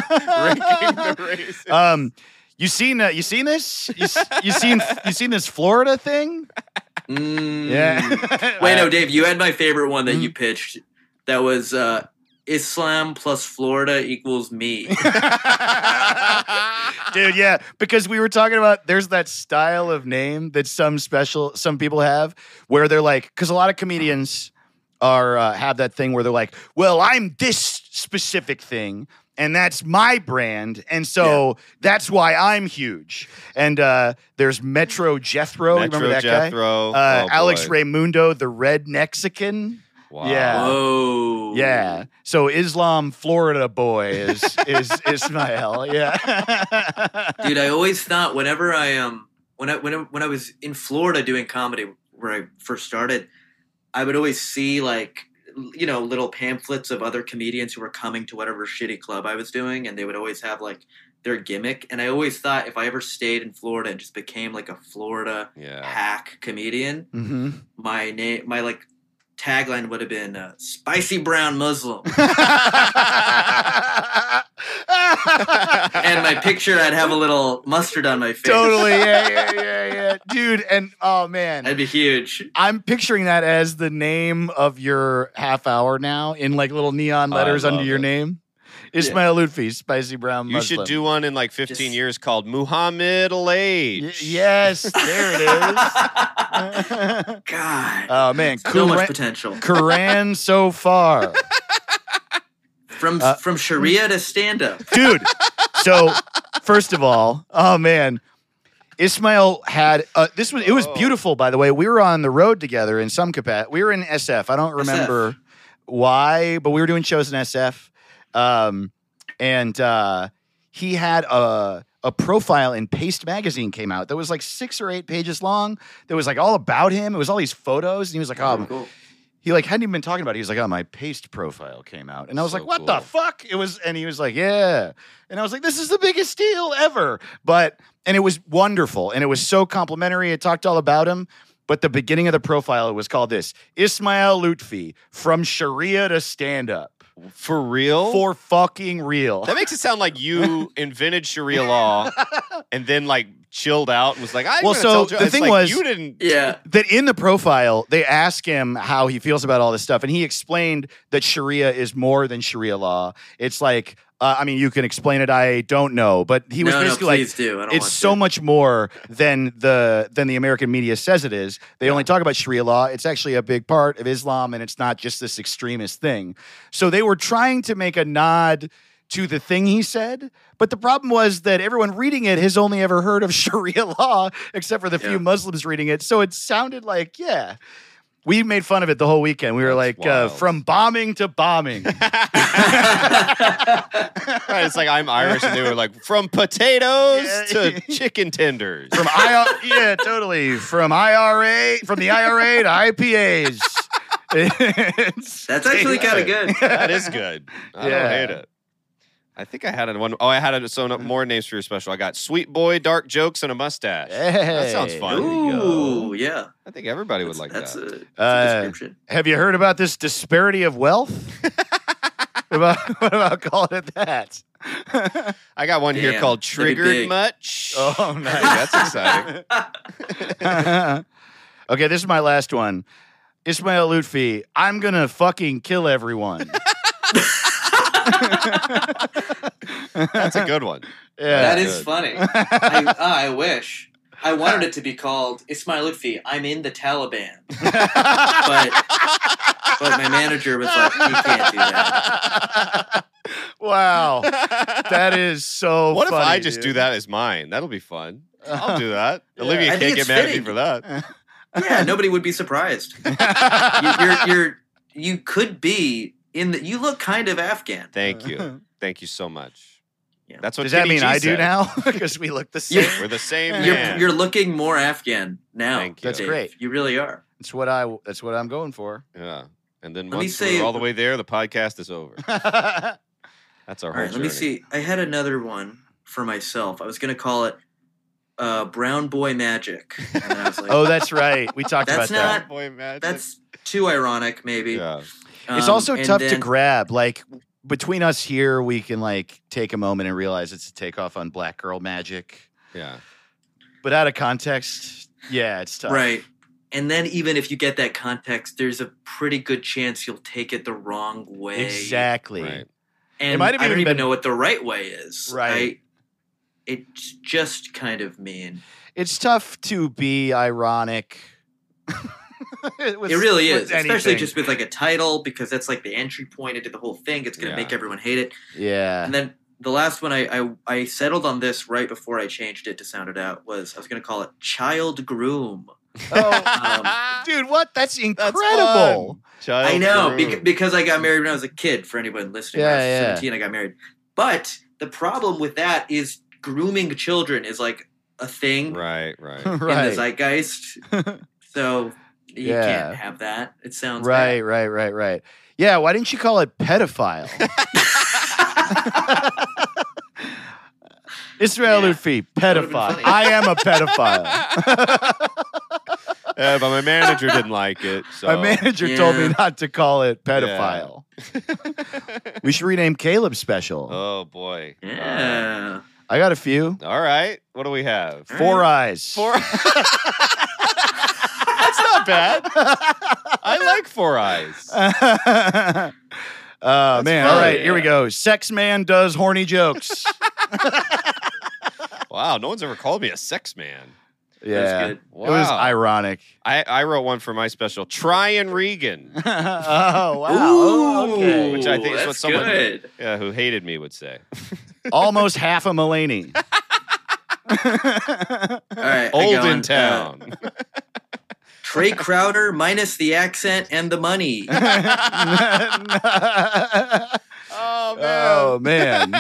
Speaker 3: Breaking
Speaker 2: yeah.
Speaker 3: the race.
Speaker 2: *laughs* um, you seen uh, you seen this? You, s- you seen you seen this Florida thing? Hmm.
Speaker 4: Mm.
Speaker 2: Yeah.
Speaker 4: Wait,
Speaker 2: Uh,
Speaker 4: no, Dave, you had my favorite one that
Speaker 2: Mm.
Speaker 4: you pitched. That was uh, Islam plus Florida equals me.
Speaker 2: *laughs* Dude, yeah, because we were talking about there's that style of name that some special some people have where they're like cuz a lot of comedians are uh, have that thing where they're like, "Well, I'm this specific thing." And that's my brand, and so that's why I'm huge. And uh, there's Metro Jethro,
Speaker 3: Metro
Speaker 2: remember that guy?
Speaker 3: Jethro.
Speaker 2: Uh,
Speaker 3: Oh,
Speaker 2: Alex
Speaker 3: boy.
Speaker 2: Raimundo, the Red Mexican.
Speaker 3: Wow.
Speaker 2: yeah.
Speaker 4: Whoa.
Speaker 2: Yeah. So Islam Florida boy is is Ismail. *laughs* Yeah.
Speaker 4: dude i always thought whenever i um when i when I, when I was in florida doing comedy where i first started i would always see like l- you know little pamphlets of other comedians who were coming to whatever shitty club i was doing and they would always have like their gimmick and i always thought if i ever stayed in florida and just became like a florida
Speaker 3: Yeah.
Speaker 4: hack comedian
Speaker 2: hmm
Speaker 4: my name my like tagline would have been uh, spicy brown muslim
Speaker 3: *laughs*
Speaker 4: and
Speaker 2: and
Speaker 4: my picture i'd have a little mustard on *laughs* my face
Speaker 2: totally yeah yeah yeah yeah dude and oh man
Speaker 4: that'd be huge
Speaker 2: i'm picturing that as the name of your half hour now in like little neon
Speaker 3: Oh, I
Speaker 2: letters under
Speaker 3: love
Speaker 2: your
Speaker 3: it.
Speaker 2: name ismail lutfi spicy brown
Speaker 3: You
Speaker 2: Muslim.
Speaker 3: should do one in like 15
Speaker 4: Just-
Speaker 3: years called Muhammad Elaid.
Speaker 2: Y- yes there it is
Speaker 4: *laughs*
Speaker 3: *laughs*
Speaker 4: God.
Speaker 2: oh man
Speaker 4: so much
Speaker 2: Quran,
Speaker 4: potential.
Speaker 2: Quran so far
Speaker 4: From
Speaker 2: Uh,
Speaker 4: from Sharia to stand up.
Speaker 2: dude. So first of all, oh man, Ismail had uh, this was it was
Speaker 3: Oh.
Speaker 2: beautiful. By the way, we were on the road together in some capacity. We were in SF. I don't remember why, but we were doing shows in SF, um, and uh, he had a. A profile in Paste magazine came out that was like six or eight pages long. That was like all about him. It was all these photos, and he was like, "Oh,
Speaker 4: cool.
Speaker 2: he like hadn't even been talking about it. He was like, "Oh, my paste profile came out," and I was
Speaker 3: So
Speaker 2: like, "What
Speaker 3: cool.
Speaker 2: the fuck?" It was, and he was like, "Yeah," and I was like, "This is the biggest deal ever." But and it was wonderful, and it was so complimentary. It talked all about him. But the beginning of the profile it was called this: Ismail Lutfi from Sharia to stand up
Speaker 3: For real?
Speaker 2: for fucking real.
Speaker 3: that makes it sound
Speaker 2: *laughs*
Speaker 3: like you invented Sharia law and then like chilled out and was like, I'm
Speaker 2: Well,
Speaker 3: gonna
Speaker 2: so
Speaker 3: tell Jo-
Speaker 2: the
Speaker 3: it's
Speaker 2: thing
Speaker 3: like,
Speaker 2: was-
Speaker 3: you didn't. *laughs*
Speaker 4: Yeah.
Speaker 2: that in the profile they ask him how he feels about all this stuff and he explained that sharia is more than sharia law it's like uh, i mean you can explain it i don't know but he was
Speaker 4: no,
Speaker 2: basically
Speaker 4: no,
Speaker 2: like
Speaker 4: please do. I don't
Speaker 2: it's
Speaker 4: want
Speaker 2: so
Speaker 4: to.
Speaker 2: much more than the than the American media says it is. They only talk about Sharia law. It's actually a big part of Islam, and it's not just this extremist thing. So they were trying to make a nod to the thing he said, but the problem was that everyone reading it has only ever heard of *laughs* Sharia law, except for the
Speaker 4: Yeah.
Speaker 2: few Muslims reading it. So it sounded like, yeah. We made fun of it the whole weekend. We were
Speaker 3: That's
Speaker 2: like, uh,
Speaker 3: wild.
Speaker 2: from bombing to bombing.
Speaker 3: Right, it's like I'm Irish, and they were like, from potatoes
Speaker 2: Yeah.
Speaker 3: to chicken tenders.
Speaker 2: from IR, yeah, totally. From IRA, from the IRA to *laughs* IPAs. It's-
Speaker 4: *laughs*
Speaker 2: *laughs*
Speaker 4: That's actually kind of good.
Speaker 3: *laughs* that is good. I
Speaker 2: Yeah.
Speaker 3: don't hate it. I think I had a one. Oh, I had a, so no- more names for your special. I got sweet boy, dark jokes, and a mustache. That sounds
Speaker 2: Hey,
Speaker 3: fun.
Speaker 2: there you go.
Speaker 4: Ooh, yeah.
Speaker 3: I think everybody would
Speaker 4: That's-
Speaker 3: like
Speaker 4: that's
Speaker 3: that.
Speaker 4: A, that's
Speaker 2: Uh,
Speaker 4: a description.
Speaker 2: Have you heard about this disparity of wealth?
Speaker 3: *laughs*
Speaker 2: what, about, what about calling
Speaker 3: *laughs*
Speaker 2: it that?
Speaker 3: I got one here
Speaker 4: Damn,
Speaker 3: called
Speaker 4: that'd be
Speaker 3: Triggered
Speaker 4: big.
Speaker 3: Much.
Speaker 2: Oh,
Speaker 3: Hey,
Speaker 2: nice.
Speaker 3: that's exciting.
Speaker 2: *laughs* okay, this is my last one. Ismail Lutfi, I'm gonna fucking kill everyone.
Speaker 3: *laughs*
Speaker 2: *laughs*
Speaker 3: That's a good one.
Speaker 4: That
Speaker 2: yeah.
Speaker 3: that's
Speaker 4: is
Speaker 3: good.
Speaker 2: *laughs*
Speaker 4: funny. I, uh, I wish. I wanted it to be called Ismail Lutfi, I'm in the Taliban. *laughs* But but my manager was like, you can't do that.
Speaker 2: *laughs* wow. That is
Speaker 3: *laughs*
Speaker 2: so
Speaker 3: what if
Speaker 2: funny,
Speaker 3: I just
Speaker 2: dude.
Speaker 3: do that as mine? That'll be fun.
Speaker 2: *laughs*
Speaker 3: I'll do that.
Speaker 2: Yeah.
Speaker 3: Olivia
Speaker 4: I
Speaker 3: can't
Speaker 4: think
Speaker 3: get
Speaker 4: it's
Speaker 3: mad at me
Speaker 4: fitting.
Speaker 3: for that.
Speaker 4: Yeah, nobody would be surprised.
Speaker 2: *laughs*
Speaker 4: You, you're you're you could be in the you look kind of Afghan.
Speaker 3: *laughs* Thank you. Thank you so much.
Speaker 4: Yeah.
Speaker 3: That's what
Speaker 2: Does that
Speaker 3: Kenny
Speaker 2: mean
Speaker 3: G
Speaker 2: I do
Speaker 3: said.
Speaker 2: now? *laughs* Because we look the same.
Speaker 4: Yeah.
Speaker 3: We're the same
Speaker 2: *laughs* You're-
Speaker 4: You're,
Speaker 3: man.
Speaker 4: you're looking more Afghan now.
Speaker 3: Thank you. That's
Speaker 4: Dave.
Speaker 2: great.
Speaker 4: You really are.
Speaker 2: That's what I. That's what I'm going *laughs* for.
Speaker 3: yeah. And then
Speaker 4: Let me
Speaker 3: once
Speaker 4: say-
Speaker 3: we're all the way there, the podcast is over.
Speaker 2: oh
Speaker 3: That's our whole
Speaker 4: All right, let
Speaker 3: journey.
Speaker 4: me see. I had another one for myself. I was going to call it uh, Brown Boy Magic. And then I
Speaker 2: *laughs*
Speaker 4: was like,
Speaker 2: that's right. We talked
Speaker 4: That's
Speaker 2: about that.
Speaker 4: not-
Speaker 3: Boy, magic.
Speaker 4: that's too ironic, maybe.
Speaker 3: yeah.
Speaker 2: it's
Speaker 4: Um,
Speaker 2: also
Speaker 4: and
Speaker 2: tough to
Speaker 4: then-
Speaker 2: grab. Like between us here, we can like take a moment and realize it's a takeoff on Black Girl Magic,
Speaker 3: Yeah.
Speaker 2: but out of context, yeah, it's tough.
Speaker 4: Right. And then, even if you get that context, there's a pretty good chance you'll take it the wrong way.
Speaker 2: Exactly.
Speaker 3: Right.
Speaker 4: And
Speaker 2: might have
Speaker 4: I don't
Speaker 2: even
Speaker 4: even
Speaker 2: been-
Speaker 4: know what the right way is.
Speaker 2: Right.
Speaker 4: I- it's just kind of mean.
Speaker 2: *laughs* It's tough to be ironic. With-
Speaker 4: it really
Speaker 2: with
Speaker 4: is, especially
Speaker 2: anything.
Speaker 4: just with like a title because that's like the entry point into the whole thing. It's gonna
Speaker 3: Yeah.
Speaker 4: make everyone hate it.
Speaker 2: yeah.
Speaker 4: And then the last one I, I I settled on this right before I changed it to sound it out was I was gonna call it
Speaker 2: *laughs*
Speaker 4: Child Groom.
Speaker 2: Oh, *laughs*
Speaker 4: Um,
Speaker 2: dude, what? That's
Speaker 3: That's
Speaker 2: incredible.
Speaker 3: fun. *laughs* Child
Speaker 4: I know
Speaker 3: groom.
Speaker 4: bec- because I got married when I was a kid. For anyone listening, when I was
Speaker 2: Yeah, yeah.
Speaker 4: seventeen, I got married. But the problem with that is grooming children is like a thing
Speaker 3: right, right.
Speaker 4: in
Speaker 2: *laughs*
Speaker 4: the
Speaker 2: right. *laughs*
Speaker 4: zeitgeist. so you
Speaker 2: Yeah.
Speaker 4: can't have that. It sounds
Speaker 2: Right, right, right, right. Yeah, why didn't you call it pedophile?
Speaker 4: *laughs*
Speaker 2: *laughs* Israel
Speaker 4: Yeah.
Speaker 2: Lufi,
Speaker 4: would've been
Speaker 2: pedophile.
Speaker 4: funny.
Speaker 2: I am a
Speaker 4: *laughs*
Speaker 2: pedophile.
Speaker 3: Uh, but my manager didn't like
Speaker 2: *laughs*
Speaker 3: it. So
Speaker 2: My manager told me
Speaker 4: Yeah.
Speaker 2: not to call it
Speaker 4: *laughs*
Speaker 2: pedophile. we should rename Caleb's special.
Speaker 3: Oh boy. Uh,
Speaker 4: Yeah.
Speaker 2: I got a few.
Speaker 3: all right. What do we have?
Speaker 2: Four eyes.
Speaker 3: Four. That's not
Speaker 2: *laughs*
Speaker 4: *laughs*
Speaker 3: bad. *laughs* I like Four Eyes.
Speaker 2: uh, man, all
Speaker 3: fun.
Speaker 2: right, here we
Speaker 4: Yeah.
Speaker 2: go. Sex man does horny
Speaker 4: *laughs*
Speaker 2: jokes.
Speaker 3: Wow, no one's ever called me a sex man.
Speaker 2: yeah,
Speaker 4: That's good.
Speaker 3: Wow.
Speaker 2: it was ironic.
Speaker 3: I, I wrote one for my special. Tryon
Speaker 2: *laughs*
Speaker 3: Regan.
Speaker 2: oh wow!
Speaker 4: Ooh,
Speaker 2: Oh, okay.
Speaker 3: Which I think is what
Speaker 4: that's
Speaker 3: someone-
Speaker 4: good.
Speaker 3: Yeah, uh, who hated me would
Speaker 2: *laughs*
Speaker 3: say.
Speaker 2: Almost half a Mulaney.
Speaker 4: All right, I
Speaker 3: Old
Speaker 4: got
Speaker 3: in
Speaker 4: one.
Speaker 2: *laughs*
Speaker 4: Uh,
Speaker 3: town.
Speaker 4: Trey Crowder minus the accent and the money. Uh,
Speaker 3: *laughs* oh
Speaker 2: oh man,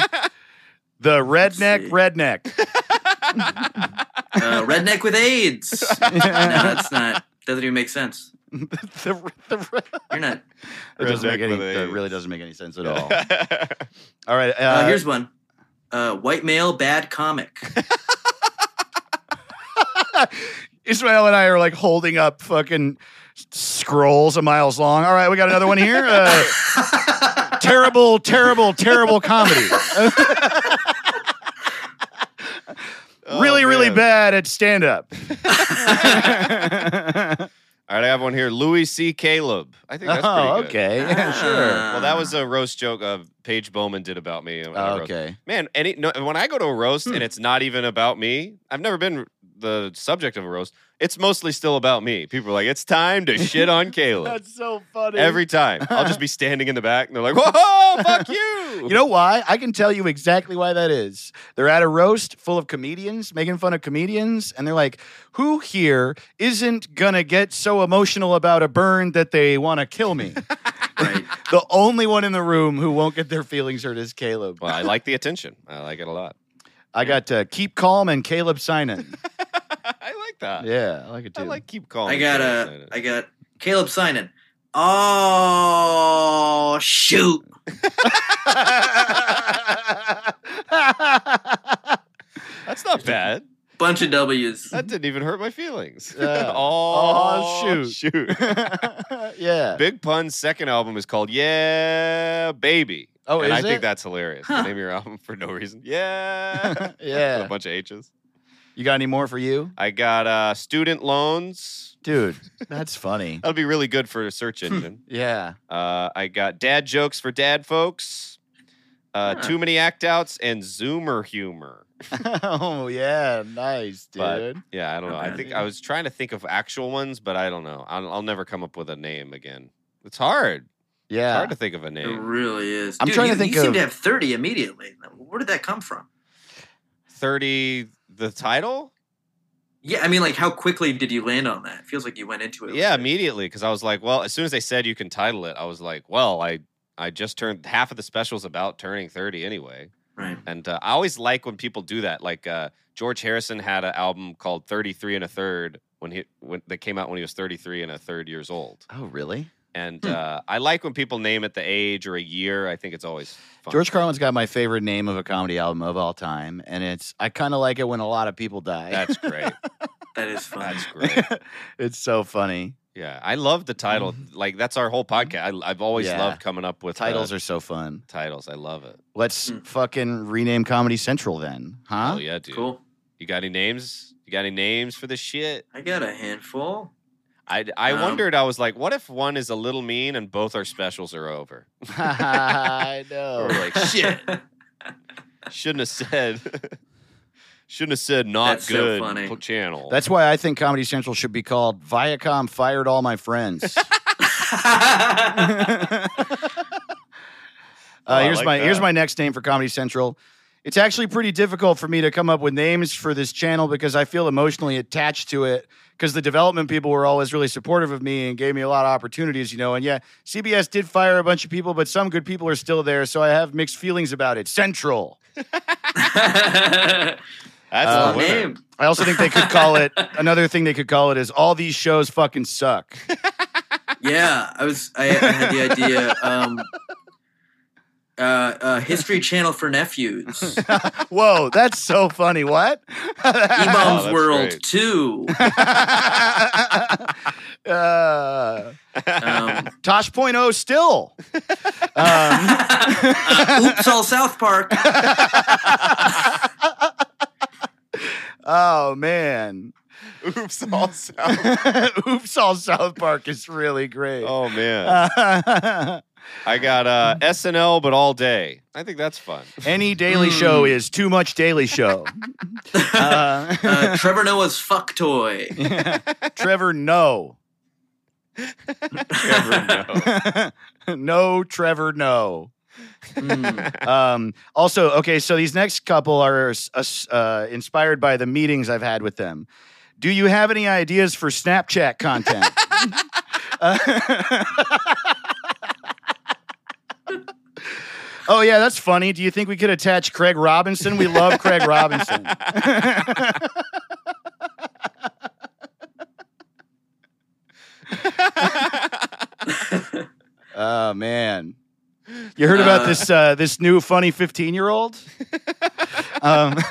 Speaker 2: the redneck,
Speaker 4: see.
Speaker 2: redneck. *laughs*
Speaker 4: Uh, redneck with
Speaker 3: *laughs*
Speaker 4: AIDS. no, that's not. Doesn't even make sense.
Speaker 2: the, the,
Speaker 4: You're not.
Speaker 2: That doesn't make any, that
Speaker 3: Redneck
Speaker 2: really doesn't make any sense
Speaker 3: *laughs*
Speaker 2: at all. *laughs* all right. Uh,
Speaker 4: Uh,
Speaker 3: Oh,
Speaker 4: here's one. Uh, white male,
Speaker 3: *laughs*
Speaker 4: bad comic.
Speaker 2: Israel and I are like holding up fucking s- scrolls a miles long. All right, we got another one here. Uh, terrible, terrible, terrible comedy.
Speaker 3: Oh,
Speaker 2: really, really
Speaker 3: man.
Speaker 2: bad at
Speaker 3: *laughs*
Speaker 2: stand up.
Speaker 3: All right, I have one here. Louis C. Caleb. I think that's pretty
Speaker 2: oh,
Speaker 3: good.
Speaker 2: okay. Uh. Yeah, sure.
Speaker 4: Ah.
Speaker 3: Well, that was a roast joke of Paige Bowman did about me. when I roasted
Speaker 2: okay.
Speaker 3: Man, any no, when I go to a roast and it's not even about me, I've never been the subject of a roast. It's mostly still about me. People are like, "It's time to shit *laughs* on Caleb."
Speaker 2: so funny.
Speaker 3: Every time, I'll *laughs* just be standing in the back, and they're like, "Whoa, fuck you!"
Speaker 2: you know why? I can tell you exactly why that is. They're at a roast full of comedians, making fun of comedians, and they're like, "Who here isn't gonna get so emotional about a burn that they want to
Speaker 3: *laughs*
Speaker 2: kill me?"
Speaker 4: Uh, right.
Speaker 2: the only one in the room who won't get their feelings hurt is Caleb.
Speaker 3: well, I like the attention. I like it a lot.
Speaker 2: I got uh, keep calm and Caleb Sinan.
Speaker 3: *laughs* I like that.
Speaker 2: yeah, I like it too.
Speaker 3: I like keep calling.
Speaker 4: I got
Speaker 3: Caleb
Speaker 4: a.
Speaker 3: Sinan.
Speaker 4: I got Caleb Sinan. Oh shoot!
Speaker 2: *laughs*
Speaker 3: *laughs* That's not bad.
Speaker 4: Bunch of W's.
Speaker 3: That didn't even hurt my feelings.
Speaker 2: Yeah.
Speaker 3: *laughs* oh,
Speaker 2: Aw, shoot.
Speaker 3: shoot.
Speaker 2: *laughs* yeah.
Speaker 3: *laughs* Big Pun's second album is called Yeah Baby.
Speaker 2: Oh,
Speaker 3: and
Speaker 2: is
Speaker 3: I think
Speaker 2: it?
Speaker 3: that's hilarious.
Speaker 4: Huh.
Speaker 3: The name of your album *laughs* for no reason.
Speaker 2: *laughs*
Speaker 3: Yeah. a
Speaker 2: yeah.
Speaker 3: bunch of H's.
Speaker 2: You got any more for you?
Speaker 3: I got uh, student loans.
Speaker 2: Dude, that's
Speaker 3: *laughs*
Speaker 2: funny.
Speaker 3: That'll be really good for a
Speaker 2: Hmm.
Speaker 3: search engine.
Speaker 2: Yeah. *laughs*
Speaker 3: uh, I got dad jokes for dad folks. Uh,
Speaker 4: Huh.
Speaker 3: Too many act outs and Zoomer humor.
Speaker 2: oh, yeah. Nice,
Speaker 3: But-
Speaker 2: dude.
Speaker 3: Yeah, I don't know. I
Speaker 4: Okay.
Speaker 3: think I was trying to think of actual ones, but I don't know. I'll, I'll never come up with a name again. It's hard. It's
Speaker 2: Yeah.
Speaker 3: hard to think of a
Speaker 4: It
Speaker 3: name.
Speaker 4: really is.
Speaker 2: I'm
Speaker 4: Dude,
Speaker 2: trying to
Speaker 4: you,
Speaker 2: think
Speaker 4: You
Speaker 2: of-
Speaker 4: seem to have thirty immediately. Where did that come from?
Speaker 3: Thirty. The title.
Speaker 4: Yeah, I mean, like, how quickly did you land on that? It feels like you went into it.
Speaker 3: Yeah,
Speaker 4: with it.
Speaker 3: immediately because I was like, well, as soon as they said you can title it, I was like, well, I I just turned half of the specials about turning thirty anyway,
Speaker 4: Right.
Speaker 3: and uh, I always like when people do that. Like uh, George Harrison had an album called Thirty Three and a Third when he when that came out when he was thirty three and a third years old,
Speaker 2: Oh, really?
Speaker 3: and
Speaker 4: Hmm.
Speaker 3: uh, I like when people name it the age or a year. I think it's always fun.
Speaker 2: George Carlin's got my favorite name of a comedy album of all time, and it's I kind of like it when a lot of people die.
Speaker 3: That's great.
Speaker 4: That is
Speaker 3: *laughs*
Speaker 2: *laughs*
Speaker 4: fun.
Speaker 3: That's great.
Speaker 2: it's so funny.
Speaker 3: Yeah, I love the title. Like that's our whole podcast. I, I've always
Speaker 2: Mm-hmm. Yeah.
Speaker 3: loved coming up with uh,
Speaker 2: Titles are so fun.
Speaker 3: titles. I love it.
Speaker 2: Let's
Speaker 4: Mm.
Speaker 2: fucking rename Comedy Central then, huh?
Speaker 3: hmm.
Speaker 2: *laughs*
Speaker 3: Oh yeah, dude.
Speaker 4: cool.
Speaker 3: You got any names? You got any names for this shit?
Speaker 4: I got a handful.
Speaker 3: I, I
Speaker 4: Um,
Speaker 3: wondered. I was like, what if one is a little mean and both our specials are over?
Speaker 2: I
Speaker 3: Or
Speaker 2: know.
Speaker 4: Oh. *laughs*
Speaker 3: like, shit, shouldn't have said. *laughs* Shouldn't have said not
Speaker 4: That's so
Speaker 3: good
Speaker 4: funny.
Speaker 3: pl- channel.
Speaker 2: That's why I think Comedy Central should be called Viacom Fired All My Friends. uh, *laughs*
Speaker 3: Oh, I
Speaker 2: here's
Speaker 3: like
Speaker 2: my here's
Speaker 3: that.
Speaker 2: my next name for Comedy Central. It's actually pretty difficult for me to come up with names for this channel because I feel emotionally attached to it because the development people were always really supportive of me and gave me a lot of opportunities, you know. And yeah, CBS did fire a bunch of people, but some good people are still there, so I have mixed feelings about it. Central.
Speaker 3: that's
Speaker 2: Uh,
Speaker 3: the winner.
Speaker 4: name.
Speaker 2: I also think they could
Speaker 3: *laughs*
Speaker 2: call it another thing they could call it is all these shows
Speaker 3: *laughs*
Speaker 2: fucking suck.
Speaker 4: Yeah, I was. I, I had the idea. Um, uh, uh, History Channel
Speaker 3: *laughs*
Speaker 4: for nephews.
Speaker 3: Oh,
Speaker 2: Whoa, that's so funny. What? *laughs*
Speaker 4: Ebom's
Speaker 3: that's
Speaker 4: World
Speaker 3: great.
Speaker 4: Two.
Speaker 2: uh,
Speaker 3: *laughs*
Speaker 4: Um,
Speaker 2: Tosh point oh still. Um,
Speaker 4: uh, oops, all South Park.
Speaker 2: oh man. *laughs*
Speaker 3: *laughs* Oops, all sound.
Speaker 2: Oops, all South Park is really great.
Speaker 3: Oh man,
Speaker 2: Uh,
Speaker 3: I got *laughs* uh, SNL, but all day. I think that's
Speaker 4: *laughs*
Speaker 3: fun.
Speaker 2: *laughs* any daily show is too much daily show. Uh, *laughs*
Speaker 3: *laughs*
Speaker 4: Uh, Trevor Noah's fuck toy.
Speaker 2: Trevor, no. *laughs*
Speaker 3: Never know.
Speaker 2: no, Trevor, no.
Speaker 4: Mm.
Speaker 2: Um, also, okay, so these next couple are uh, uh, inspired by the meetings I've had with them. Do you have any ideas for Snapchat *laughs* content? Uh, oh, yeah, that's funny. Do you think we could attach Craig Robinson? We love Craig *laughs* Robinson. Oh man, you heard about
Speaker 4: Uh,
Speaker 2: this uh, this new funny fifteen year *laughs* old? um,
Speaker 3: *laughs*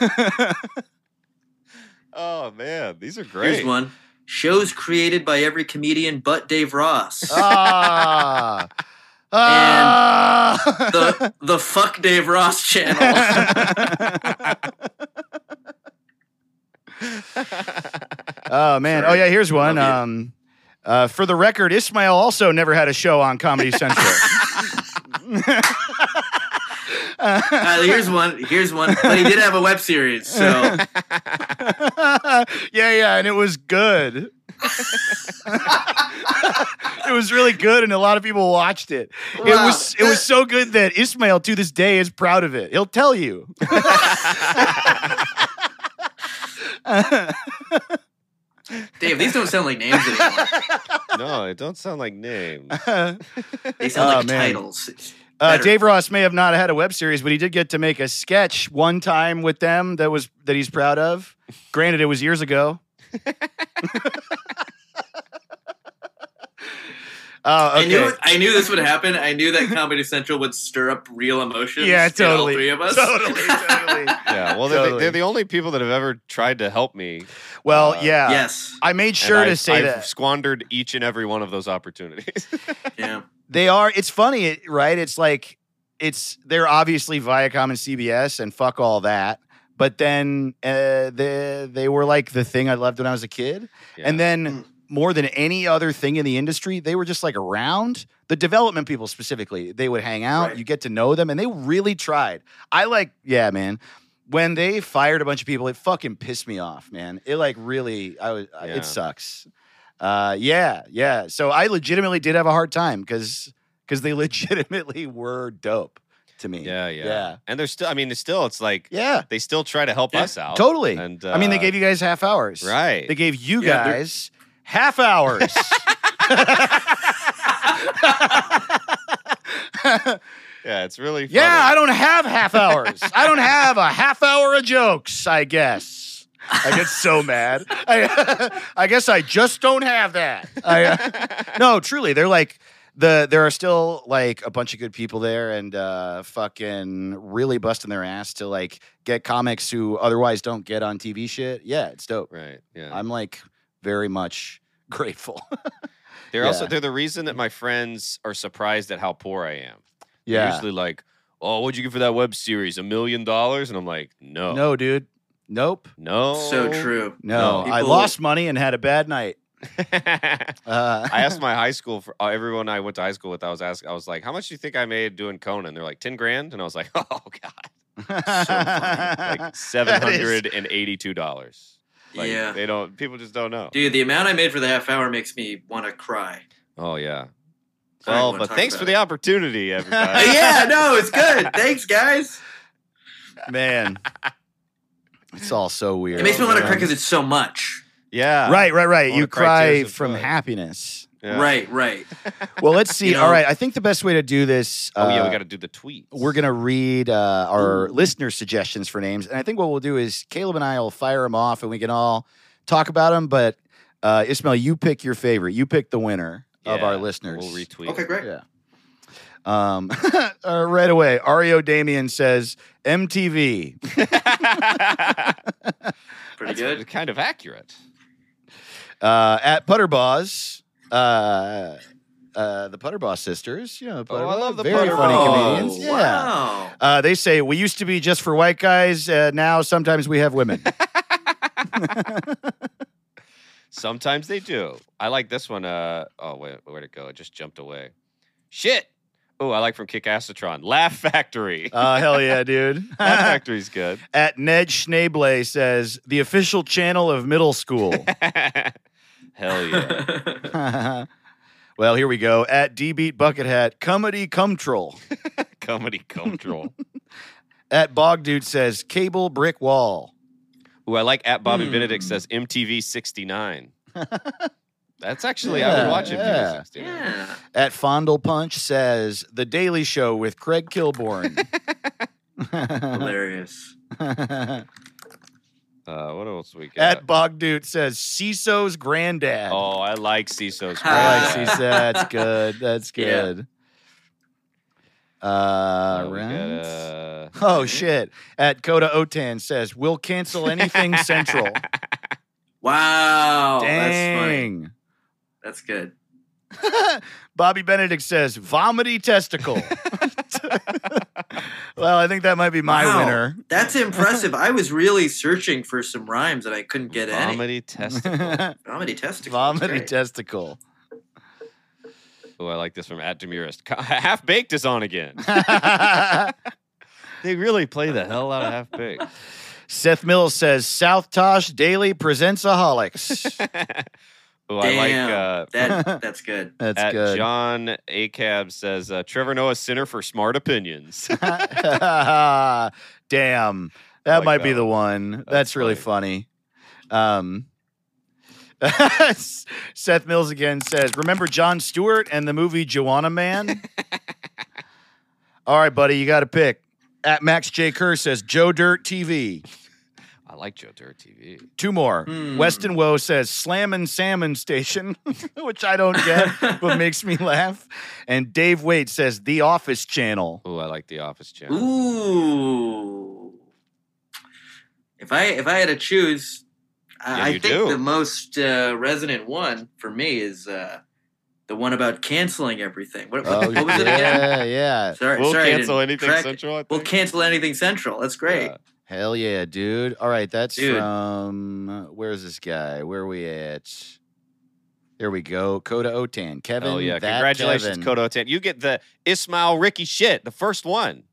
Speaker 2: *laughs*
Speaker 3: Oh man, these are great.
Speaker 4: Here's one. Shows created by every comedian but Dave Ross.
Speaker 2: ah, ah.
Speaker 4: the the fuck Dave
Speaker 2: *laughs*
Speaker 4: Ross
Speaker 2: *laughs*
Speaker 4: channel.
Speaker 2: oh man, oh
Speaker 4: Sorry.
Speaker 2: yeah. Here's one.
Speaker 4: Love you.
Speaker 2: Um, uh, for the record, Ismail also never had a show on
Speaker 4: *laughs*
Speaker 2: Comedy Central. *laughs*
Speaker 4: Uh, here's one. Here's one. But he did have a web series, so
Speaker 2: yeah, yeah, and it was good. *laughs* it was really good, and a lot of people watched it. It
Speaker 4: Wow.
Speaker 2: was it was so good that Ismail to this day is proud of it. He'll tell
Speaker 4: *laughs*
Speaker 2: you. *laughs*
Speaker 4: Dave, these don't sound like names anymore.
Speaker 3: no, it don't sound like
Speaker 4: *laughs*
Speaker 3: names.
Speaker 2: Uh,
Speaker 4: They sound
Speaker 2: Oh,
Speaker 4: like
Speaker 2: man.
Speaker 4: titles. Better.
Speaker 2: Uh, Dave Ross may have not had a web series, but he did get to make a sketch one time with them that was that he's proud of. Granted, it was
Speaker 3: *laughs*
Speaker 2: years ago. Oh, okay.
Speaker 4: I
Speaker 2: *laughs*
Speaker 4: knew I knew this would happen. I knew that Comedy Central would stir up real emotions.
Speaker 2: yeah,
Speaker 4: in
Speaker 2: totally.
Speaker 4: all three of us.
Speaker 2: Totally,
Speaker 4: *laughs*
Speaker 2: totally.
Speaker 3: Yeah, well, they're, the-
Speaker 2: Totally.
Speaker 3: they're the only people that have ever tried to help me.
Speaker 2: Well,
Speaker 3: Uh,
Speaker 2: yeah.
Speaker 4: yes.
Speaker 2: I made
Speaker 3: and
Speaker 2: sure to
Speaker 3: I've-
Speaker 2: say
Speaker 3: I've
Speaker 2: that.
Speaker 3: squandered each and every one of those opportunities. *laughs*
Speaker 4: Yeah.
Speaker 2: They are. It's funny, it- right? It's like it's they're obviously Viacom and CBS and fuck all that. But then uh, they they were like the thing I loved when I was a kid.
Speaker 3: Yeah.
Speaker 2: And then more than any other thing in the industry, they were just like around the development people specifically. They would hang out,
Speaker 4: Right.
Speaker 2: you get to know them, and they really tried. I like, yeah, man. When they fired a bunch of people, it fucking pissed me off, man. It like really, I was, I-
Speaker 3: Yeah.
Speaker 2: it sucks. Uh, yeah, yeah. So I legitimately did have a hard time because because they *laughs* legitimately were dope to me.
Speaker 3: yeah, yeah,
Speaker 2: yeah,
Speaker 3: And they're still. I mean, it's still. It's like
Speaker 2: yeah.
Speaker 3: they still try to help
Speaker 4: Yeah,
Speaker 3: us out.
Speaker 2: Totally.
Speaker 3: And
Speaker 2: I mean, they
Speaker 3: uh,
Speaker 2: gave you guys half hours.
Speaker 3: right.
Speaker 2: They gave you
Speaker 4: Yeah, they're-
Speaker 2: guys half
Speaker 4: *laughs*
Speaker 2: hours.
Speaker 3: yeah, it's really. Funny.
Speaker 2: Yeah, I don't have half hours. I don't have a half hour of jokes, I guess. I get so mad. I, *laughs* I guess I just don't have that. I,
Speaker 3: *laughs*
Speaker 2: uh, no, truly, they're like the there are still like a bunch of good people there and uh, fucking really busting their ass to like get comics who otherwise don't get on TV shit. Yeah, it's dope.
Speaker 3: Right. Yeah.
Speaker 2: I'm like very much grateful. *laughs*
Speaker 3: they're also
Speaker 2: yeah.
Speaker 3: they're the reason that my friends are surprised at how poor I am. They're
Speaker 2: yeah.
Speaker 3: Usually like, oh, what'd you get for that web series? A million dollars? And I'm like, no,
Speaker 2: No, dude. Nope.
Speaker 3: no.
Speaker 4: So true.
Speaker 2: No,
Speaker 3: No.
Speaker 2: I
Speaker 4: People-
Speaker 2: lost money and had a bad night.
Speaker 3: *laughs* I
Speaker 2: Uh,
Speaker 3: asked my high school for uh, everyone I went to high school with. I was asking, I was like, how much do you think I made doing Conan? They're like ten grand, and I was like, *laughs* oh god.
Speaker 2: Uh,
Speaker 3: *laughs*
Speaker 4: *laughs*
Speaker 2: *laughs*
Speaker 3: like seven hundred and eighty-two dollars. Like,
Speaker 4: yeah.
Speaker 3: they don't. People just don't know.
Speaker 4: Dude, the amount I made for the half hour makes me want to cry.
Speaker 3: Oh yeah.
Speaker 4: I don't
Speaker 3: Well,
Speaker 4: wanna
Speaker 3: Oh, but
Speaker 4: talk
Speaker 3: thanks
Speaker 4: about
Speaker 3: for
Speaker 4: it.
Speaker 3: the
Speaker 4: *laughs*
Speaker 3: opportunity, *laughs*
Speaker 4: Uh,
Speaker 3: everybody.
Speaker 4: yeah, no, it's good. Thanks, guys.
Speaker 2: man. It's all so weird.
Speaker 4: It makes me want to
Speaker 2: man.
Speaker 4: cry because it's so much.
Speaker 3: yeah.
Speaker 2: Right, right, right.
Speaker 3: I wanna
Speaker 2: You
Speaker 3: cry
Speaker 2: cry
Speaker 3: tears of
Speaker 2: from
Speaker 3: joy.
Speaker 2: happiness.
Speaker 3: Yeah.
Speaker 4: Right, right.
Speaker 3: *laughs*
Speaker 2: Well, let's see.
Speaker 4: You know-
Speaker 2: All right, I think the best way to do this.
Speaker 3: Oh yeah,
Speaker 2: uh,
Speaker 3: we got to do the tweet.
Speaker 2: we're going to read uh, our listener suggestions for names. And I think what we'll do is Caleb and I will fire them off and we can all talk about them. But uh, Ismail, you pick your favorite. You pick the winner of our
Speaker 3: Yeah,
Speaker 2: listeners.
Speaker 3: We'll retweet.
Speaker 4: Okay,
Speaker 3: it. *laughs*
Speaker 4: great.
Speaker 2: Yeah. Um, *laughs* uh, right away, Ario Damien says MTV.
Speaker 4: Pretty
Speaker 3: That's
Speaker 4: good.
Speaker 3: Kind of accurate.
Speaker 2: Uh, at Putterboss, uh, uh, the Putterboss sisters. You know,
Speaker 3: Oh, I
Speaker 2: Putterboss,
Speaker 3: love the
Speaker 2: very
Speaker 3: Putterboss.
Speaker 2: funny comedians.
Speaker 4: Oh,
Speaker 2: Yeah.
Speaker 4: Wow.
Speaker 2: Uh, they say we used to be just for white guys. Uh, now sometimes we
Speaker 3: *laughs*
Speaker 2: have women.
Speaker 3: Sometimes they do. I like this one. Uh oh, wait, where'd it go? It just jumped away. Shit. Oh, I like from Kick Assatron. Laugh Factory.
Speaker 2: uh, hell yeah, dude.
Speaker 3: *laughs*
Speaker 2: *laughs*
Speaker 3: Laugh Factory's good. *laughs*
Speaker 2: At Ned Schneeble says the official channel of
Speaker 3: *laughs*
Speaker 2: middle school. *laughs*
Speaker 3: Hell yeah.
Speaker 2: well, here we go. At D Beat Bucket Hat, comedy cum troll.
Speaker 3: Comedy control.
Speaker 2: At Bog Dude says cable brick wall.
Speaker 3: Ooh, I like at Bobby
Speaker 4: Hmm.
Speaker 3: Benedict says MTV 69. That's actually, I
Speaker 2: Yeah,
Speaker 3: would watch MTV
Speaker 2: yeah.
Speaker 3: 69.
Speaker 4: yeah.
Speaker 2: At Fondle Punch says the Daily Show with Craig Kilborn. *laughs*
Speaker 4: *laughs* Hilarious.
Speaker 3: Uh, what else we got?
Speaker 2: At Bog Dude says CISO's granddad.
Speaker 3: oh, I like CISO's. *laughs*
Speaker 2: I like
Speaker 4: Ah.
Speaker 2: she said. That's good. That's
Speaker 4: Yeah.
Speaker 2: good. Uh, right.
Speaker 3: Uh,
Speaker 2: oh shit! At Coda Otan says we'll cancel
Speaker 4: *laughs*
Speaker 2: anything central.
Speaker 4: Wow. Oh, That's funny.
Speaker 2: Dang.
Speaker 4: That's good.
Speaker 2: *laughs* Bobby Benedict says vomity
Speaker 4: *laughs*
Speaker 2: testicle. *laughs* well, I think that might be my
Speaker 4: Wow.
Speaker 2: winner.
Speaker 4: That's impressive. I was really searching for some rhymes and I couldn't get
Speaker 3: *laughs*
Speaker 4: any.
Speaker 3: Comedy testicle.
Speaker 2: *laughs*
Speaker 4: Vomity testicles.
Speaker 2: vomity
Speaker 4: great.
Speaker 2: testicle. *laughs*
Speaker 3: Oh, I like this from at Demurist. *laughs* Half Baked is on again. They really play the hell out of Half *laughs* Baked.
Speaker 2: Seth Mills says South Tosh Daily presents
Speaker 3: *laughs*
Speaker 2: a holics.
Speaker 3: oh, I like
Speaker 4: Damn.
Speaker 3: uh,
Speaker 2: *laughs*
Speaker 4: That, that's good.
Speaker 2: That's
Speaker 3: at
Speaker 2: good.
Speaker 3: John Acab says uh, Trevor Noah Center for Smart *laughs* Opinions.
Speaker 2: *laughs* Damn. That
Speaker 3: like
Speaker 2: might be
Speaker 3: that
Speaker 2: the one. That's,
Speaker 3: That's
Speaker 2: really funny. Um *laughs* Seth Mills again says, "Remember John Stewart and the movie Joanna Man?" All right, buddy, you got to pick. At Max J Kerr says, "Joe Dirt TV."
Speaker 3: I like Joe Dirt TV.
Speaker 2: Two more.
Speaker 4: Hmm.
Speaker 2: Weston Woe says, "Slammin' Salmon Station," *laughs* which I don't get,
Speaker 4: *laughs*
Speaker 2: but makes me laugh. And Dave Waite says, "The Office Channel."
Speaker 3: Oh, I like The Office Channel.
Speaker 4: Ooh. If I if I had to choose, I
Speaker 3: Yeah,
Speaker 4: I
Speaker 3: you
Speaker 4: think
Speaker 3: do.
Speaker 4: the most uh, resonant one for me is uh, the one about canceling everything. What, what,
Speaker 2: Oh
Speaker 4: what was it again?
Speaker 2: yeah, yeah.
Speaker 4: Sorry,
Speaker 3: Uh, We'll
Speaker 4: sorry, I
Speaker 3: cancel
Speaker 4: didn't
Speaker 3: anything
Speaker 4: track-
Speaker 3: central. I
Speaker 4: We'll
Speaker 3: think.
Speaker 4: cancel anything central. That's great.
Speaker 3: Yeah.
Speaker 2: Hell yeah, dude. All right, that's
Speaker 4: Dude.
Speaker 2: from where's this guy? Where are we at? There we go. Coda Otan. Kevin.
Speaker 3: Oh yeah!
Speaker 2: that
Speaker 3: Congratulations,
Speaker 2: Kevin.
Speaker 3: Kodo Tan. You get the Ismail Ricky shit, the first one,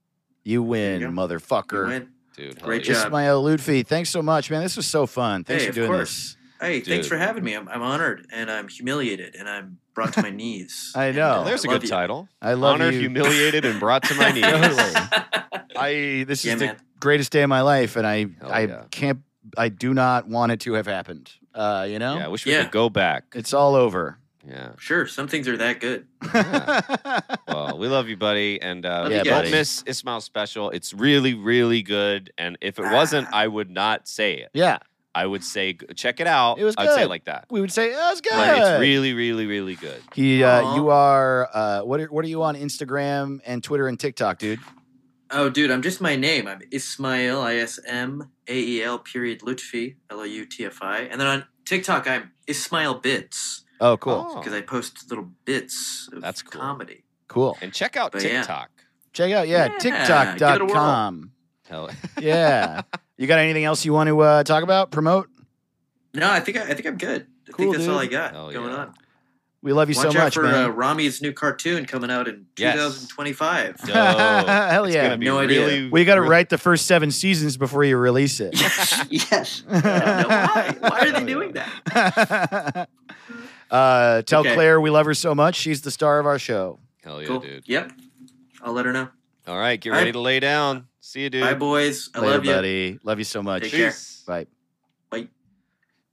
Speaker 2: You win,
Speaker 4: There you go. You
Speaker 2: motherfucker.
Speaker 4: win.
Speaker 3: dude.
Speaker 4: Great
Speaker 3: hell yeah.
Speaker 4: job.
Speaker 2: Ismail Ludfi, thanks so much, man. This was so fun. Thanks
Speaker 4: Hey,
Speaker 2: for
Speaker 4: of
Speaker 2: doing
Speaker 4: course. Hey, thanks
Speaker 3: Dude.
Speaker 4: for having me. I'm, I'm honored and I'm humiliated and I'm
Speaker 3: *laughs*
Speaker 4: brought to my knees.
Speaker 2: I
Speaker 4: And,
Speaker 2: know.
Speaker 4: uh,
Speaker 2: Oh,
Speaker 3: There's
Speaker 4: I
Speaker 3: a
Speaker 4: love
Speaker 3: good
Speaker 4: you. *laughs*
Speaker 3: title.
Speaker 2: I love
Speaker 3: Honored,
Speaker 2: you.
Speaker 3: humiliated, and brought to
Speaker 2: *laughs*
Speaker 3: my knees.
Speaker 2: Totally. I this
Speaker 4: Yeah,
Speaker 2: is the
Speaker 4: man.
Speaker 2: greatest day of my life, and I
Speaker 3: Hell
Speaker 2: I
Speaker 3: yeah.
Speaker 2: can't I do not want it to have happened. Uh, you know?
Speaker 3: Yeah, I wish we
Speaker 4: Yeah.
Speaker 3: could go back.
Speaker 2: It's all over.
Speaker 3: Yeah.
Speaker 4: Sure, some things are that good.
Speaker 3: Well, we love you, buddy, and uh,
Speaker 4: Love you
Speaker 3: don't
Speaker 2: guys.
Speaker 3: miss Ismail's special. It's really, really good. And if it wasn't, I would not say it.
Speaker 2: *laughs* yeah.
Speaker 3: I would say g- check it out.
Speaker 2: It was
Speaker 3: I'd say
Speaker 2: good.
Speaker 3: it like that.
Speaker 2: We would say, oh, it's good.
Speaker 3: Like, it's really, really, really good.
Speaker 2: He, uh,
Speaker 4: Aw.
Speaker 2: you are. Uh, what are, what are you on Instagram and Twitter and TikTok, dude?
Speaker 4: Oh, dude, I'm just my name. I'm Ismail, I S M A E L period Lutfi, L O U T F I. And then on TikTok, I'm Ismail Bits
Speaker 2: Oh, cool,
Speaker 3: Oh.
Speaker 4: because I post little bits of
Speaker 3: That's cool.
Speaker 4: comedy.
Speaker 2: cool.
Speaker 3: And check out
Speaker 4: But yeah.
Speaker 3: TikTok.
Speaker 2: Check out, yeah,
Speaker 4: Yeah, give it a whirl.
Speaker 2: TikTok.com.
Speaker 3: Hell,
Speaker 4: *laughs*
Speaker 2: Yeah. you got anything else you want to uh, talk about? Promote?
Speaker 4: No, I think I, I think I'm good. I
Speaker 2: Cool,
Speaker 4: think that's all I
Speaker 2: dude.
Speaker 4: got
Speaker 3: Hell
Speaker 4: going
Speaker 3: yeah.
Speaker 4: on.
Speaker 2: We love you
Speaker 4: Watch
Speaker 2: so
Speaker 4: out
Speaker 2: much,
Speaker 4: for
Speaker 2: man.
Speaker 4: uh, Rami's new cartoon coming out in
Speaker 3: Yes.
Speaker 4: 2025.
Speaker 3: No,
Speaker 2: *laughs* Hell
Speaker 3: it's
Speaker 2: yeah.
Speaker 3: gonna be
Speaker 4: No idea.
Speaker 3: really-
Speaker 2: we got to
Speaker 3: really-
Speaker 2: write the first seven seasons before you release it.
Speaker 4: *laughs* yes. Yeah,
Speaker 2: *laughs*
Speaker 4: no, why? Why are they doing that?
Speaker 2: that? uh, tell
Speaker 4: Okay.
Speaker 2: Claire we love her so much. She's the star of our show.
Speaker 3: Hell yeah,
Speaker 4: Cool.
Speaker 3: dude.
Speaker 4: Yep. I'll let her know.
Speaker 3: All right, get
Speaker 4: All right.
Speaker 3: ready to lay down. See you, dude.
Speaker 4: Bye, boys. I
Speaker 2: Later,
Speaker 4: love you.
Speaker 2: buddy. Love you so much.
Speaker 4: Take care.
Speaker 2: Bye.
Speaker 4: Bye.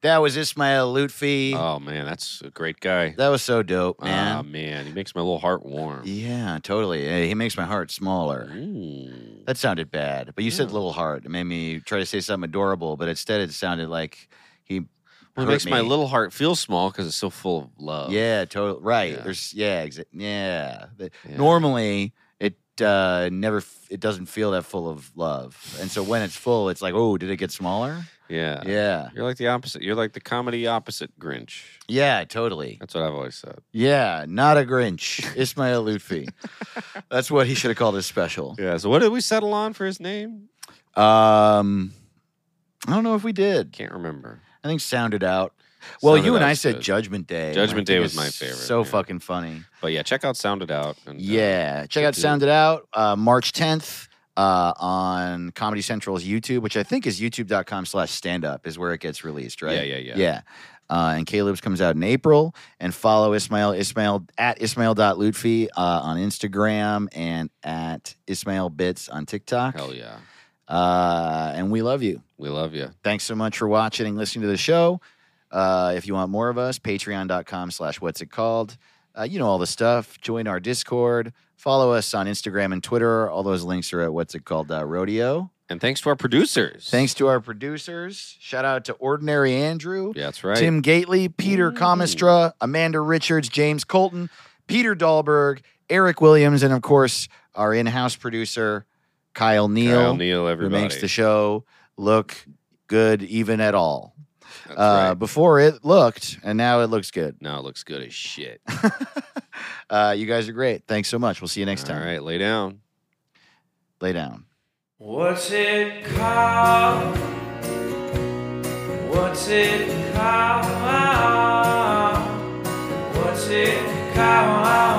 Speaker 2: That was Ismail Lutfi.
Speaker 3: Oh man, that's a great guy.
Speaker 2: that was so dope, man.
Speaker 3: Ah man, he makes my little heart warm.
Speaker 2: yeah, totally. Hey, he makes my heart smaller.
Speaker 3: Mm.
Speaker 2: That sounded bad, but you said
Speaker 3: Yeah.
Speaker 2: little heart. It made me try to say something adorable, but instead it sounded like he.
Speaker 3: Well, it
Speaker 2: hurt
Speaker 3: makes my
Speaker 2: me.
Speaker 3: little heart feel small because it's so full of love.
Speaker 2: Yeah, totally. Right.
Speaker 3: Yeah.
Speaker 2: There's yeah, exa- yeah. The-
Speaker 3: Yeah.
Speaker 2: Normally, it uh, never f- it doesn't feel that full of love, and so when it's full, it's like, oh, did it get smaller?
Speaker 3: Yeah.
Speaker 2: Yeah,
Speaker 3: You're like the opposite. You're like the comedy opposite Grinch.
Speaker 2: yeah, totally.
Speaker 3: That's what I've always said.
Speaker 2: Yeah, not a Grinch,
Speaker 3: *laughs*
Speaker 2: Ismail Lutfi. That's what he should have called his special.
Speaker 3: Yeah. So what did we settle on for his name?
Speaker 2: Um, I don't know if we did.
Speaker 3: Can't remember.
Speaker 2: I think sounded out. Well,
Speaker 3: Sounded
Speaker 2: you and
Speaker 3: Out's
Speaker 2: I said
Speaker 3: good.
Speaker 2: Judgment Day. and I
Speaker 3: Judgment Day
Speaker 2: think
Speaker 3: was
Speaker 2: it's
Speaker 3: my favorite,
Speaker 2: So
Speaker 3: yeah. uh,
Speaker 2: fucking funny.
Speaker 3: But yeah, check out Sounded Out. And, uh,
Speaker 2: Yeah, check out
Speaker 3: do.
Speaker 2: Sound It Out uh, March 10th uh, on Comedy Central's YouTube, which I think is youtube.com slash stand up is where it gets released, right?
Speaker 3: Yeah, yeah, yeah.
Speaker 2: Yeah. Uh, and Caleb's comes out in April. And follow Ismail, Ismail at Ismail.Lutfi uh, on Instagram and at Ismail Bits on TikTok.
Speaker 3: Hell yeah.
Speaker 2: Uh, and we love you.
Speaker 3: We love you.
Speaker 2: Thanks so much for watching and listening to the show. Uh, if you want more of us, patreon.com slash what's it called. Uh, you know all the stuff. Join our Discord. Follow us on Instagram and Twitter. All those links are at what's it called uh, rodeo.
Speaker 3: And thanks to our producers.
Speaker 2: Thanks to our producers. Shout out to Ordinary Andrew,
Speaker 3: Yeah, that's right.
Speaker 2: Tim Gately, Peter
Speaker 3: Ooh.
Speaker 2: Comestra, Amanda Richards, James Colton, Peter Dahlberg, Eric Williams, and of course, our in house producer, Kyle Neal,
Speaker 3: Kyle Neal, everybody.
Speaker 2: who makes the show look good even at all
Speaker 3: That's
Speaker 2: uh,
Speaker 3: right.
Speaker 2: before it looked, and now it looks good. *laughs*
Speaker 3: Now it looks good as shit.
Speaker 2: uh, you guys are great. Thanks so much. We'll see you next time.
Speaker 3: All right, lay down.
Speaker 2: Lay down.
Speaker 1: What's it called? What's it called? What's it called?